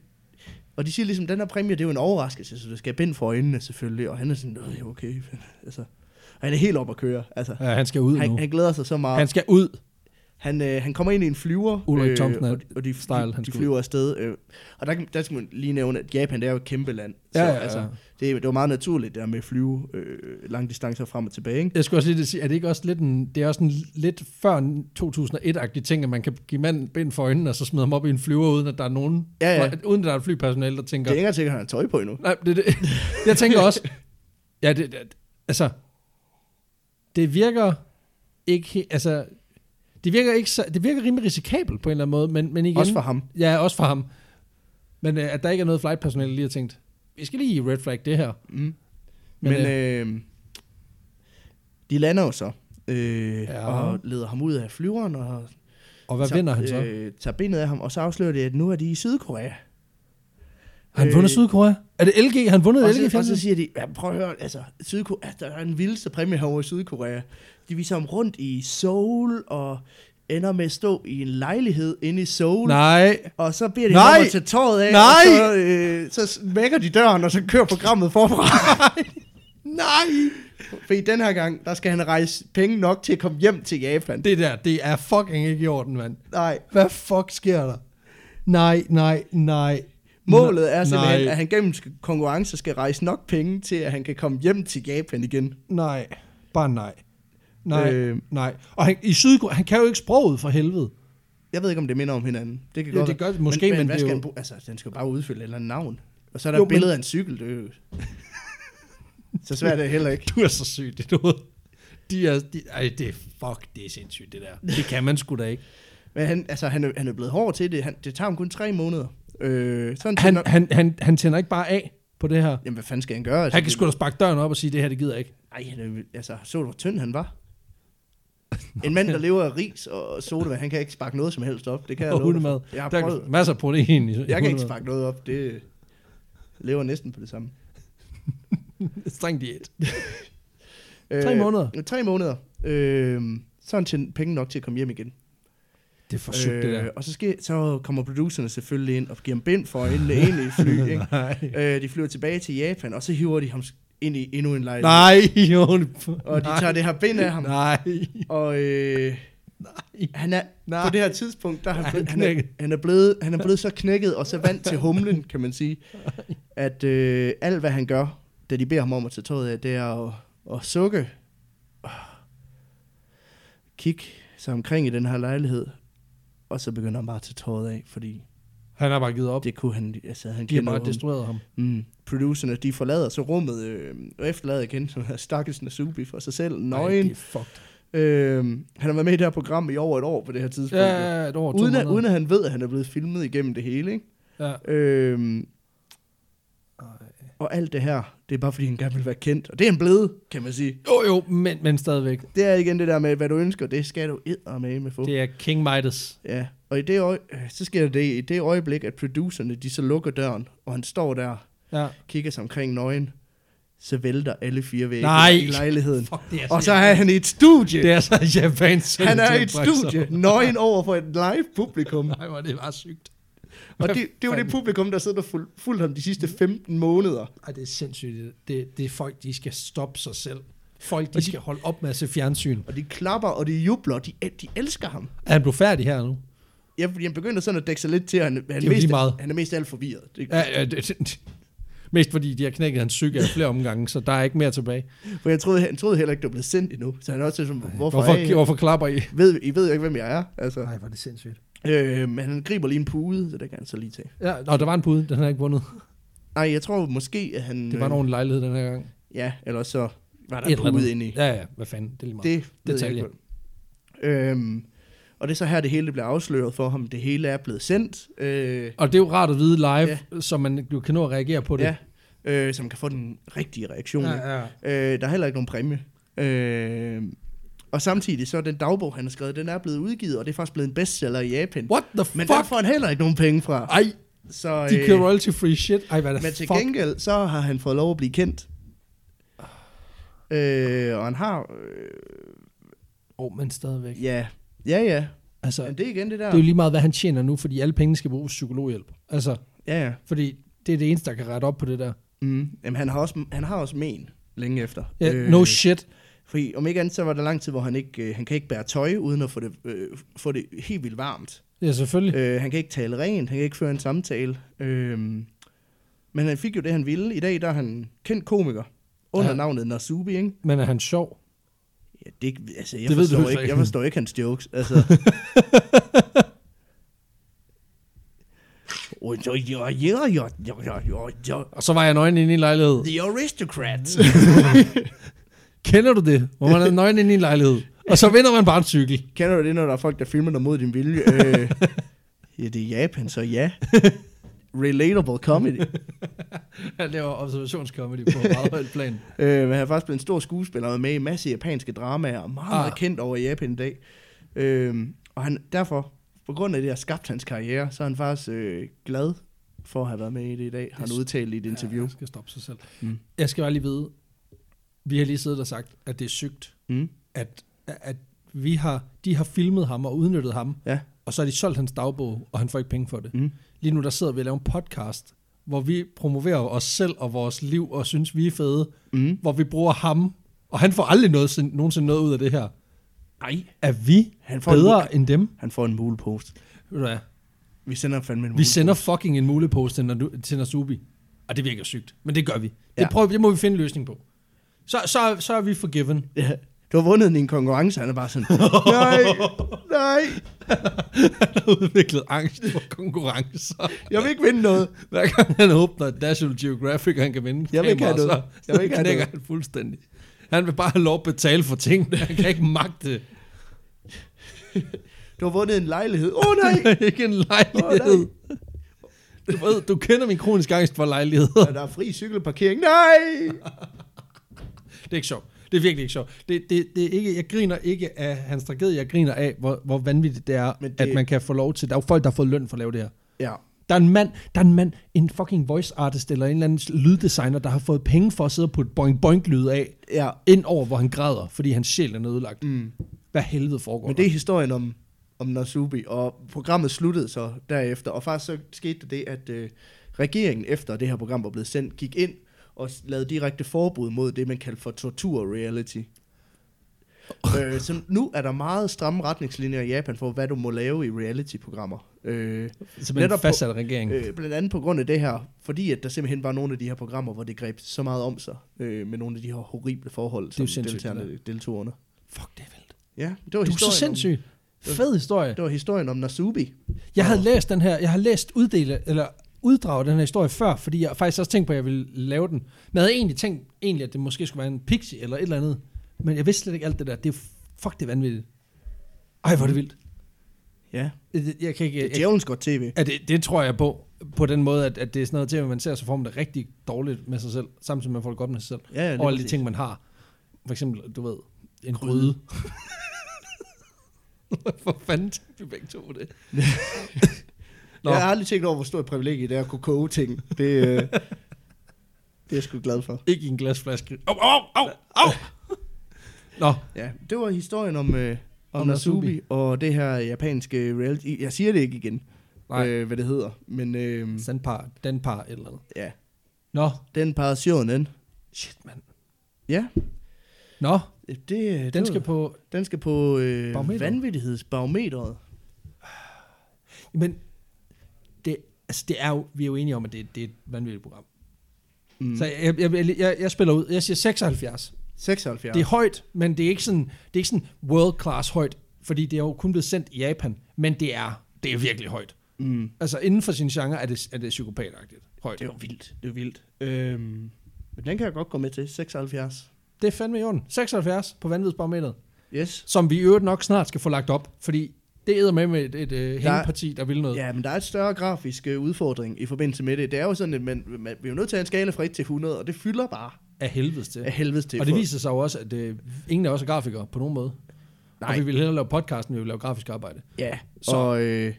[SPEAKER 2] og de siger ligesom, den her præmie, det er jo en overraskelse, så du skal binde for øjnene selvfølgelig. Og han er sådan, "Øh, okay. altså, og han er helt op at køre. Altså,
[SPEAKER 1] Ja, han skal ud nu.
[SPEAKER 2] han, han glæder sig så meget.
[SPEAKER 1] Han skal ud.
[SPEAKER 2] Han, øh, han kommer ind i en flyver. øh,
[SPEAKER 1] Ulrik Thomsen er
[SPEAKER 2] og, og de,
[SPEAKER 1] style,
[SPEAKER 2] de,
[SPEAKER 1] han
[SPEAKER 2] de
[SPEAKER 1] skulle.
[SPEAKER 2] flyver afsted. Øh, og der, kan- der skal man lige nævne, at Japan det er jo et kæmpe land.
[SPEAKER 1] Ja, ja, ja.
[SPEAKER 2] Altså, det, er- det var meget naturligt der med at flyve øh, lange distancer frem og tilbage. Ikke?
[SPEAKER 1] Jeg skulle også lige sige, er det ikke også lidt en, det er også en lidt før 2001-agtig ting, at man kan give manden bind for øjnene, og så smide ham op i en flyver, uden at der er nogen,
[SPEAKER 2] Ja, ja.
[SPEAKER 1] uden at der er et flypersonale, der
[SPEAKER 2] Det
[SPEAKER 1] tænker,
[SPEAKER 2] er ikke engang sikkert, at han har tøj på endnu.
[SPEAKER 1] nej, det, er det, jeg tænker også, ja, det, det, altså, det virker ikke, he- altså, det virker, ikke så, det virker rimelig risikabelt på en eller anden måde, men, men igen,
[SPEAKER 2] Også for ham.
[SPEAKER 1] ja, også for ham, men øh, at der ikke er noget flightpersonale, der lige har tænkt, vi skal lige red flag det her,
[SPEAKER 2] Mm.
[SPEAKER 1] Men,
[SPEAKER 2] Men, Men øh, de lander jo så. Øh,
[SPEAKER 1] Ja.
[SPEAKER 2] ja. Og leder ham ud af flyveren. Og
[SPEAKER 1] og hvad vinder han så?
[SPEAKER 2] Øh, tager benet af ham, og så afslører de, at nu er de i Sydkorea.
[SPEAKER 1] Har han
[SPEAKER 2] øh,
[SPEAKER 1] vundet Sydkorea? Er det LG? Har han vundet
[SPEAKER 2] Og
[SPEAKER 1] LG? i
[SPEAKER 2] så, og så
[SPEAKER 1] fjernsynet?
[SPEAKER 2] siger de, ja, prøv at høre, altså, Sydkorea, der er en vildeste præmie herovre i Sydkorea. De viser ham rundt i Seoul, og ender med at stå i en lejlighed inde i Seoul.
[SPEAKER 1] Nej.
[SPEAKER 2] Og så bliver det
[SPEAKER 1] Nej!
[SPEAKER 2] Nej. at tage tøjet af,
[SPEAKER 1] Nej!
[SPEAKER 2] og så, øh, så smækker de døren, og så kører programmet forfra.
[SPEAKER 1] Nej.
[SPEAKER 2] Fordi den her gang, der skal han rejse penge nok til at komme hjem til Japan. Det.
[SPEAKER 1] Det der, det er fucking ikke i orden, mand.
[SPEAKER 2] Nej.
[SPEAKER 1] Hvad fuck sker der? Nej, nej, nej.
[SPEAKER 2] Målet er simpelthen,
[SPEAKER 1] Nej.
[SPEAKER 2] at han gennem sk- konkurrencer skal rejse nok penge til, at han kan komme hjem til Japan igen.
[SPEAKER 1] Nej. Bare nej. Nej, øh.
[SPEAKER 2] Øh.
[SPEAKER 1] nej. Og han, i Sydkorea, han kan jo ikke sproget for helvede.
[SPEAKER 2] Jeg ved ikke, om det minder om hinanden. Det kan
[SPEAKER 1] Jo,
[SPEAKER 2] godt
[SPEAKER 1] det
[SPEAKER 2] være.
[SPEAKER 1] gør- måske, men
[SPEAKER 2] men
[SPEAKER 1] det
[SPEAKER 2] hvad
[SPEAKER 1] er
[SPEAKER 2] skal
[SPEAKER 1] jo-
[SPEAKER 2] han bruge? Altså, den skal jo bare udfylde et eller andet navn. Og så er der
[SPEAKER 1] Jo,
[SPEAKER 2] jo, et billede af en cykel. Det er jo... Så svært er det heller ikke.
[SPEAKER 1] Du er så syg, det du. De er, de, ej, det er fuck, det er sindssygt, det der. Det kan man sgu da ikke.
[SPEAKER 2] Men han, altså, han, er, han er blevet hård til det. Han, det tager ham kun tre måneder. Øh,
[SPEAKER 1] Han,
[SPEAKER 2] sådan han... Nok...
[SPEAKER 1] han, han, han tænder ikke bare af på det her.
[SPEAKER 2] Jamen, hvad fanden skal han gøre? Altså,
[SPEAKER 1] Han kan sgu da sparke døren op og sige, det her, det gider jeg ikke.
[SPEAKER 2] Ej, han er, jo- altså, så du, hvor tynd han var? En mand, der lever af ris og sodavand, han kan ikke sparke noget som helst op. Det kan jeg
[SPEAKER 1] Og
[SPEAKER 2] love dig
[SPEAKER 1] hundemad.
[SPEAKER 2] for. Jeg har
[SPEAKER 1] Der
[SPEAKER 2] prøvet.
[SPEAKER 1] er masser af protein i
[SPEAKER 2] Jeg kan ikke
[SPEAKER 1] hundemad.
[SPEAKER 2] sparke noget op. Det lever næsten på det samme.
[SPEAKER 1] Streng diæt. Tre måneder?
[SPEAKER 2] Øh, tre måneder. Øh, så har han tjent penge nok til at komme hjem igen. Øh,
[SPEAKER 1] Det er for sygt, det der.
[SPEAKER 2] Og så, sker, så kommer producerne selvfølgelig ind og giver ham bind for øjnene ind i et fly. Ikke?
[SPEAKER 1] Nej.
[SPEAKER 2] øh, de flyver tilbage til Japan, og så hiver de ham ind i endnu en lejlighed.
[SPEAKER 1] Nej, jo.
[SPEAKER 2] Og de tager det her bind af ham.
[SPEAKER 1] Nej.
[SPEAKER 2] Og øh,
[SPEAKER 1] Nej.
[SPEAKER 2] han er,
[SPEAKER 1] Nej.
[SPEAKER 2] på det her tidspunkt, der er han,
[SPEAKER 1] Er han
[SPEAKER 2] blevet, han, er,
[SPEAKER 1] knækket?
[SPEAKER 2] han, er blevet, han er blevet så knækket og så vant til humlen, kan man sige, at øh, alt hvad han gør, da de beder ham om at tage tøjet af, det er at, at sukke, kigge sig omkring i den her lejlighed, og så begynder han bare at tage tøjet af, fordi
[SPEAKER 1] Han har bare givet op.
[SPEAKER 2] det kunne han, altså han
[SPEAKER 1] De har
[SPEAKER 2] kender
[SPEAKER 1] bare
[SPEAKER 2] jo ham.
[SPEAKER 1] destrueret ham.
[SPEAKER 2] Mm. Producerne, de forlader så rummet, øh, og efterlader igen stakkels Nasubi for sig selv,
[SPEAKER 1] Ej,
[SPEAKER 2] nøgen.
[SPEAKER 1] det er fucked.
[SPEAKER 2] Øh, han har været med i det her program i over et år på det her tidspunkt.
[SPEAKER 1] Ja,
[SPEAKER 2] jo.
[SPEAKER 1] et år,
[SPEAKER 2] uden, at,
[SPEAKER 1] 200.
[SPEAKER 2] uden at han ved, at han er blevet filmet igennem det hele. Ikke?
[SPEAKER 1] Ja.
[SPEAKER 2] Øh,
[SPEAKER 1] Ej.
[SPEAKER 2] Øhm, Og alt det her, det er bare fordi, han gerne vil være kendt. Og det er han blevet, kan man sige.
[SPEAKER 1] Jo, jo, men, men stadigvæk.
[SPEAKER 2] Det er igen det der med, hvad du ønsker, det skal du med med få.
[SPEAKER 1] Det er King Midas.
[SPEAKER 2] Ja, og i det øje, øh, så sker der det, i det øjeblik, at producerne, de så lukker døren, og han står der,
[SPEAKER 1] Ja.
[SPEAKER 2] kigger sig omkring nøgen, så vælter alle fire vægge
[SPEAKER 1] Nej.
[SPEAKER 2] i lejligheden.
[SPEAKER 1] Fuck, det er
[SPEAKER 2] Og så er han i et studie.
[SPEAKER 1] Det er så japansk.
[SPEAKER 2] Han er i et
[SPEAKER 1] Japansk-
[SPEAKER 2] studie, nøgen over for et live publikum.
[SPEAKER 1] Nej, hvor er det bare sygt.
[SPEAKER 2] Og det, det var det publikum, der sidder og ful- fulgte ham de sidste 15 måneder.
[SPEAKER 1] Ej, det er sindssygt. Det- Det, det er folk, de skal stoppe sig selv. Folk, de skal holde op med at se fjernsyn.
[SPEAKER 2] Og de klapper, og de jubler, og de, de elsker ham.
[SPEAKER 1] Er han blevet færdig her nu?
[SPEAKER 2] Ja, fordi han begynder sådan at dække sig lidt til, og han, han,
[SPEAKER 1] jo
[SPEAKER 2] mest,
[SPEAKER 1] lige meget.
[SPEAKER 2] han er mest af alt forvirret. Det,
[SPEAKER 1] Ja, ja det, det, mest fordi de har knækket hans psyke af flere omgange, så der er ikke mere tilbage.
[SPEAKER 2] For jeg troede, han troede heller ikke, du blev sendt endnu. Så han er også sådan, hvorfor,
[SPEAKER 1] Hvorfor,
[SPEAKER 2] hvorfor, er I?
[SPEAKER 1] hvorfor klapper I?
[SPEAKER 2] Ved, I ved jo ikke, hvem jeg er. Altså.
[SPEAKER 1] Nej, var det sindssygt.
[SPEAKER 2] Øh, men han griber lige en pude, så det kan han så lige tage.
[SPEAKER 1] Ja, og der var en pude, den har jeg ikke vundet.
[SPEAKER 2] Nej, jeg tror måske, at han...
[SPEAKER 1] Det var en
[SPEAKER 2] øh,
[SPEAKER 1] ordentlig lejlighed den her gang.
[SPEAKER 2] Ja, eller så var der
[SPEAKER 1] Et
[SPEAKER 2] en
[SPEAKER 1] eller andet.
[SPEAKER 2] pude inde i.
[SPEAKER 1] Ja, ja, hvad fanden, det er lige meget.
[SPEAKER 2] Det ved jeg
[SPEAKER 1] Detalje.
[SPEAKER 2] ikke. hvad- Øhm, og det er så her, det hele bliver afsløret for ham. Det hele er blevet sendt. Øh,
[SPEAKER 1] Og det er jo rart at vide live, så man jo kan nå at reagere på det.
[SPEAKER 2] ja, øh, så man kan få den rigtige reaktion. Ja, ja.
[SPEAKER 1] ja.
[SPEAKER 2] Øh, der er heller ikke nogen præmie. Øh, og samtidig så er den dagbog, han har skrevet, den er blevet udgivet, og det er faktisk blevet en bestseller i Japan.
[SPEAKER 1] What the
[SPEAKER 2] Men der
[SPEAKER 1] fuck?
[SPEAKER 2] får han heller ikke nogen penge fra.
[SPEAKER 1] Ej,
[SPEAKER 2] Så, øh,
[SPEAKER 1] de kører royalty-free shit. Ej, hvad er
[SPEAKER 2] men
[SPEAKER 1] det
[SPEAKER 2] til
[SPEAKER 1] fuck?
[SPEAKER 2] gengæld, så har han fået lov at blive kendt. Øh, og han har... Øh,
[SPEAKER 1] Åh, oh, men stadigvæk.
[SPEAKER 2] ja, ja, ja.
[SPEAKER 1] Altså,
[SPEAKER 2] Men det er igen det der.
[SPEAKER 1] det er jo lige meget, hvad han tjener nu, fordi alle pengene skal bruges psykologhjælp. Altså,
[SPEAKER 2] Ja, ja.
[SPEAKER 1] fordi det er det eneste, der kan rette op på det der.
[SPEAKER 2] Mm. Jamen, han har også, han har også men længe efter. Øh,
[SPEAKER 1] Ja, no shit.
[SPEAKER 2] Fordi om ikke andet, så var der lang tid, hvor han ikke, øh, han kan ikke bære tøj, uden at få det, øh, få det helt vildt varmt.
[SPEAKER 1] Ja, selvfølgelig.
[SPEAKER 2] Øh, han kan ikke tale rent, han kan ikke føre en samtale. Øh, men han fik jo det, han ville. I dag der er han kendt komiker under
[SPEAKER 1] Ja.
[SPEAKER 2] ja. navnet Nasubi, ikke?
[SPEAKER 1] Men er han sjov?
[SPEAKER 2] Ja, det, altså, jeg,
[SPEAKER 1] Det
[SPEAKER 2] det
[SPEAKER 1] ved du
[SPEAKER 2] forstår
[SPEAKER 1] så
[SPEAKER 2] ikke,
[SPEAKER 1] ikke.
[SPEAKER 2] jeg forstår ikke hans jokes. Altså. Oh, jo, jo, jo, jo, jo, jo, jo,
[SPEAKER 1] Og så var jeg nøgen inde i en lejlighed.
[SPEAKER 2] The aristocrats.
[SPEAKER 1] Kender du det? Hvor man er nøgen inde i en lejlighed. Og så vinder man bare en cykel.
[SPEAKER 2] Kender du det, når der er folk, der filmer dig mod din vilje? øh, ja, det er Japan, så ja. Relatable comedy.
[SPEAKER 1] Han laver observationscomedy på meget højt plan.
[SPEAKER 2] øh, men han er faktisk blevet en stor skuespiller og er med i masse japanske dramaer, og meget, meget
[SPEAKER 1] Ah.
[SPEAKER 2] kendt over i Japan i dag. Øh, og han derfor, på grund af det, der har skabt hans karriere, så er han faktisk øh, glad for at have været med i det i dag, har han
[SPEAKER 1] Det-
[SPEAKER 2] udtalt i et interview.
[SPEAKER 1] Jeg skal stoppe sig selv.
[SPEAKER 2] Mm.
[SPEAKER 1] Jeg skal bare lige vide, vi har lige siddet og sagt, at det er sygt,
[SPEAKER 2] Mm.
[SPEAKER 1] at, at vi har, de har filmet ham og udnyttet ham,
[SPEAKER 2] Ja.
[SPEAKER 1] og så har de solgt hans dagbog, og han får ikke penge for det.
[SPEAKER 2] Mm.
[SPEAKER 1] Lige nu der sidder vi og laver en podcast, hvor vi promoverer os selv og vores liv, og synes, vi er fede,
[SPEAKER 2] Mm.
[SPEAKER 1] hvor vi bruger ham, og han får aldrig noget, nogensinde noget ud af det her.
[SPEAKER 2] Ej.
[SPEAKER 1] Er vi
[SPEAKER 2] Han får, en,
[SPEAKER 1] bedre end dem?
[SPEAKER 2] han får en mulepost.
[SPEAKER 1] Ved du hvad?
[SPEAKER 2] Vi sender ham fandme
[SPEAKER 1] Vi
[SPEAKER 2] en mulepost.
[SPEAKER 1] sender fucking en mulepose til, Nandu- til Nasubi. Og det virker sygt, men det gør vi. Det,
[SPEAKER 2] Ja.
[SPEAKER 1] prøver, det må vi finde en løsning på. Så, så, så er vi forgiven.
[SPEAKER 2] Ja. Du har vundet din konkurrence, han er bare sådan, nej, nej,
[SPEAKER 1] Han har udviklet angst for konkurrencer.
[SPEAKER 2] jeg vil ikke vinde noget.
[SPEAKER 1] Hver gang han åbner et National Geographic, han kan vinde
[SPEAKER 2] Jeg vil ikke have
[SPEAKER 1] kameraer,
[SPEAKER 2] noget.
[SPEAKER 1] så
[SPEAKER 2] Jeg vil ikke have
[SPEAKER 1] knækker
[SPEAKER 2] noget.
[SPEAKER 1] han fuldstændig. Han vil bare have lov at betale for tingene. Han kan ikke magte det.
[SPEAKER 2] Du har vundet en lejlighed. Åh oh, nej!
[SPEAKER 1] ikke en lejlighed. Du ved, du kender min kroniske angst for lejligheder.
[SPEAKER 2] Og der er fri cykelparkering. Nej!
[SPEAKER 1] Det er ikke sjovt. Det er virkelig ikke sjovt. Det, det, det er ikke, jeg griner ikke af hans tragedie, jeg griner af, hvor, hvor vanvittigt det er,
[SPEAKER 2] Men
[SPEAKER 1] det...
[SPEAKER 2] det-
[SPEAKER 1] at man kan få lov til. Der er jo folk, der har fået løn for at lave det her.
[SPEAKER 2] Ja.
[SPEAKER 1] Der er en mand, der er en mand, en fucking voice artist eller en eller anden lyddesigner, der har fået penge for at sidde på et boing boing lyd af,
[SPEAKER 2] Ja.
[SPEAKER 1] ind over, hvor han græder, fordi hans sjæl er nødlagt.
[SPEAKER 2] Mm.
[SPEAKER 1] Hvad helvede foregår
[SPEAKER 2] Men det er historien om, om Nasubi, og programmet sluttede så derefter. Og faktisk så skete der det, at øh, regeringen, efter det her program var blevet sendt, gik ind og s- lavede direkte forbud mod det, man kaldte for tortur-reality. øh, så nu er der meget stramme retningslinjer i Japan for, hvad du må lave i reality-programmer. Øh,
[SPEAKER 1] der? Simpelthen
[SPEAKER 2] netop på-
[SPEAKER 1] fastsat af Altså, regeringen. Øh,
[SPEAKER 2] Øh, blandt andet på grund af det her, fordi at der simpelthen var nogle af de her programmer, hvor det greb så meget om sig, øh, med nogle af de her horrible forhold,
[SPEAKER 1] jo
[SPEAKER 2] som
[SPEAKER 1] sindssygt, det
[SPEAKER 2] deltagerne deltog under.
[SPEAKER 1] Fuck, det er vildt.
[SPEAKER 2] Ja, det
[SPEAKER 1] Du
[SPEAKER 2] var,
[SPEAKER 1] er så
[SPEAKER 2] historien
[SPEAKER 1] sindssyg. Fed historie.
[SPEAKER 2] Om, det var historien om Nasubi.
[SPEAKER 1] Jeg havde læst den her, jeg har læst uddele, eller uddrag af den her historie før, fordi jeg faktisk også tænkte på, at jeg ville lave den. Men jeg havde egentlig tænkt, egentlig, at det måske skulle være en pixie eller et eller andet. Men jeg vidste slet ikke alt det der. Det er fuck, det er vanvittigt. Ej, hvor er det vildt.
[SPEAKER 2] Ja,
[SPEAKER 1] Jeg, jeg kan ikke...
[SPEAKER 2] det er
[SPEAKER 1] Jeg,
[SPEAKER 2] djævelens godt tv.
[SPEAKER 1] ja, det, det tror jeg på. på den måde, at, at det er sådan noget til, at man ser sig for, man det rigtig dårligt med sig selv, samtidig med, at man får det godt med sig selv.
[SPEAKER 2] Ja, ja, lige
[SPEAKER 1] og alle de
[SPEAKER 2] præcis.
[SPEAKER 1] ting, man har. For eksempel, du ved, en
[SPEAKER 2] Gryde.
[SPEAKER 1] gryde. for fanden tænkte vi begge to på det? Nå.
[SPEAKER 2] Jeg har aldrig tænkt over, hvor stort et privilegie det er at kunne koge ting. Det, øh, det er jeg sgu glad for.
[SPEAKER 1] Ikke i en glasflaske. Au, au, au, au! Nå,
[SPEAKER 2] Ja, det var historien om, øh, om,
[SPEAKER 1] Om
[SPEAKER 2] om
[SPEAKER 1] Nasubi.
[SPEAKER 2] Nasubi, og det her japanske reality. Jeg siger det ikke igen,
[SPEAKER 1] Nej.
[SPEAKER 2] øh, hvad det hedder, men øh,
[SPEAKER 1] sandpar, danpar, et eller andet.
[SPEAKER 2] ja,
[SPEAKER 1] Nå,
[SPEAKER 2] den passionen.
[SPEAKER 1] shit, mand.
[SPEAKER 2] Ja,
[SPEAKER 1] Nå,
[SPEAKER 2] det, øh, det
[SPEAKER 1] den
[SPEAKER 2] var-
[SPEAKER 1] skal på...
[SPEAKER 2] den skal på øh,
[SPEAKER 1] Barometeret.
[SPEAKER 2] vanvittighedsbarometeret.
[SPEAKER 1] Men det, altså, det er jo, vi er jo enige om, at det, det er et vanvittigt program. Mm.
[SPEAKER 2] Mm.
[SPEAKER 1] Så jeg, jeg, jeg, jeg, jeg spiller ud. Jeg siger 76.
[SPEAKER 2] 76.
[SPEAKER 1] Det er højt, men det er ikke sådan, det er ikke sådan world class højt, fordi det er jo kun blevet sendt i Japan, men det er, det er virkelig højt.
[SPEAKER 2] mm.
[SPEAKER 1] Altså inden for sin genre er det, er det psykopatagtigt højt.
[SPEAKER 2] det er jo vildt. Det er vildt. Øhm, men den kan jeg godt gå med til. 76.
[SPEAKER 1] Det er fandme i orden. 76 på vanvidsbarometeret,
[SPEAKER 2] Yes.
[SPEAKER 1] som vi i øvrigt nok snart skal få lagt op, fordi det æder med med et, et, et hængeparti, der vil noget.
[SPEAKER 2] Ja, men der er et større grafisk øh, udfordring i forbindelse med det. Det er jo sådan, at man, man, vi er jo nødt til at have en skala fra 1 til 100, og det fylder bare
[SPEAKER 1] Af helvedes til.
[SPEAKER 2] af helvedes til.
[SPEAKER 1] Og det
[SPEAKER 2] for-
[SPEAKER 1] viser sig jo også, at øh, ingen af os er grafikere på nogen måde. Nej. Og
[SPEAKER 2] Nej.
[SPEAKER 1] vi vil hellere lave podcast, end vi vil lave grafisk arbejde.
[SPEAKER 2] Ja,
[SPEAKER 1] Så-
[SPEAKER 2] så. og øh,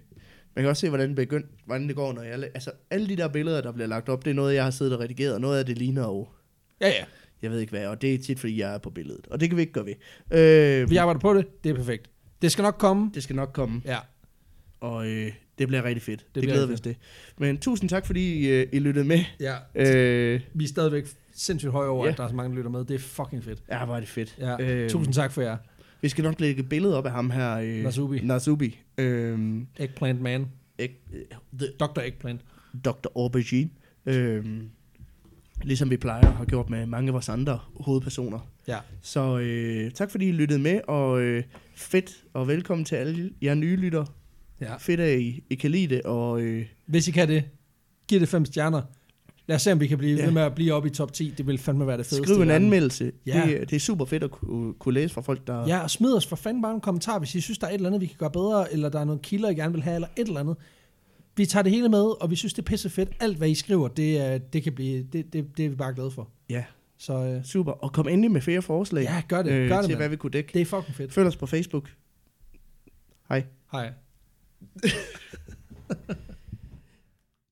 [SPEAKER 2] man kan også se, hvordan det, begynd, hvordan det går, når jeg... la- Altså, alle de der billeder, der bliver lagt op, det er noget, jeg har siddet og redigeret, og noget af det ligner jo...
[SPEAKER 1] Ja, ja.
[SPEAKER 2] Jeg ved ikke hvad, og det er tit, fordi jeg er på billedet. Og det kan vi ikke gøre ved. Øh,
[SPEAKER 1] Vi arbejder på det. Det er perfekt. Det skal nok komme.
[SPEAKER 2] Det skal nok komme,
[SPEAKER 1] Ja.
[SPEAKER 2] og øh, det bliver rigtig fedt. Det, det
[SPEAKER 1] bliver
[SPEAKER 2] glæder vi os
[SPEAKER 1] rigtig
[SPEAKER 2] til. Men tusind tak, fordi øh, I lyttede med.
[SPEAKER 1] Ja.
[SPEAKER 2] Øh,
[SPEAKER 1] Vi er stadigvæk sindssygt høje over,
[SPEAKER 2] Ja. Øhm.
[SPEAKER 1] at der er så mange, der lytter med. Det er fucking fedt.
[SPEAKER 2] ja, hvor er det fedt.
[SPEAKER 1] Ja. Øh, Tusind tak for jer.
[SPEAKER 2] Vi skal nok lægge et billede op af ham her. Øh,
[SPEAKER 1] Nasubi.
[SPEAKER 2] Nasubi. Øh,
[SPEAKER 1] Eggplant Man.
[SPEAKER 2] ek, øh, the
[SPEAKER 1] Dr. Eggplant.
[SPEAKER 2] Dr. Aubergine. Øh, ligesom vi plejer at have gjort med mange af vores andre hovedpersoner.
[SPEAKER 1] Ja.
[SPEAKER 2] Så øh, tak fordi I lyttede med, og øh, fedt, og velkommen til alle jer nye lytter.
[SPEAKER 1] ja.
[SPEAKER 2] Fedt, at I, I kan lide det, og øh,
[SPEAKER 1] Hvis I kan det, giv det fem stjerner. Lad os se, om vi kan blive
[SPEAKER 2] Ja.
[SPEAKER 1] ved med at blive oppe i top 10. Det vil fandme være det fedeste.
[SPEAKER 2] skriv
[SPEAKER 1] i
[SPEAKER 2] en
[SPEAKER 1] verden.
[SPEAKER 2] anmeldelse.
[SPEAKER 1] Ja.
[SPEAKER 2] Det, det er super fedt at kunne, kunne læse fra folk, der...
[SPEAKER 1] Ja, og smid os for fanden bare en kommentar, hvis I synes, der er et eller andet, vi kan gøre bedre, eller der er nogle kilder, I gerne vil have, eller et eller andet. Vi tager det hele med, og vi synes, det er pisse fedt. Alt, hvad I skriver, det, er- det, kan blive, det, det, det er vi bare glade for.
[SPEAKER 2] ja.
[SPEAKER 1] Så øh,
[SPEAKER 2] Super, og kom endelig med flere forslag øh,
[SPEAKER 1] ja, gør det. Gør det,
[SPEAKER 2] til, hvad
[SPEAKER 1] mand.
[SPEAKER 2] vi kunne dække.
[SPEAKER 1] Det er fucking fedt.
[SPEAKER 2] Følg os på Facebook. Hej.
[SPEAKER 1] Hej.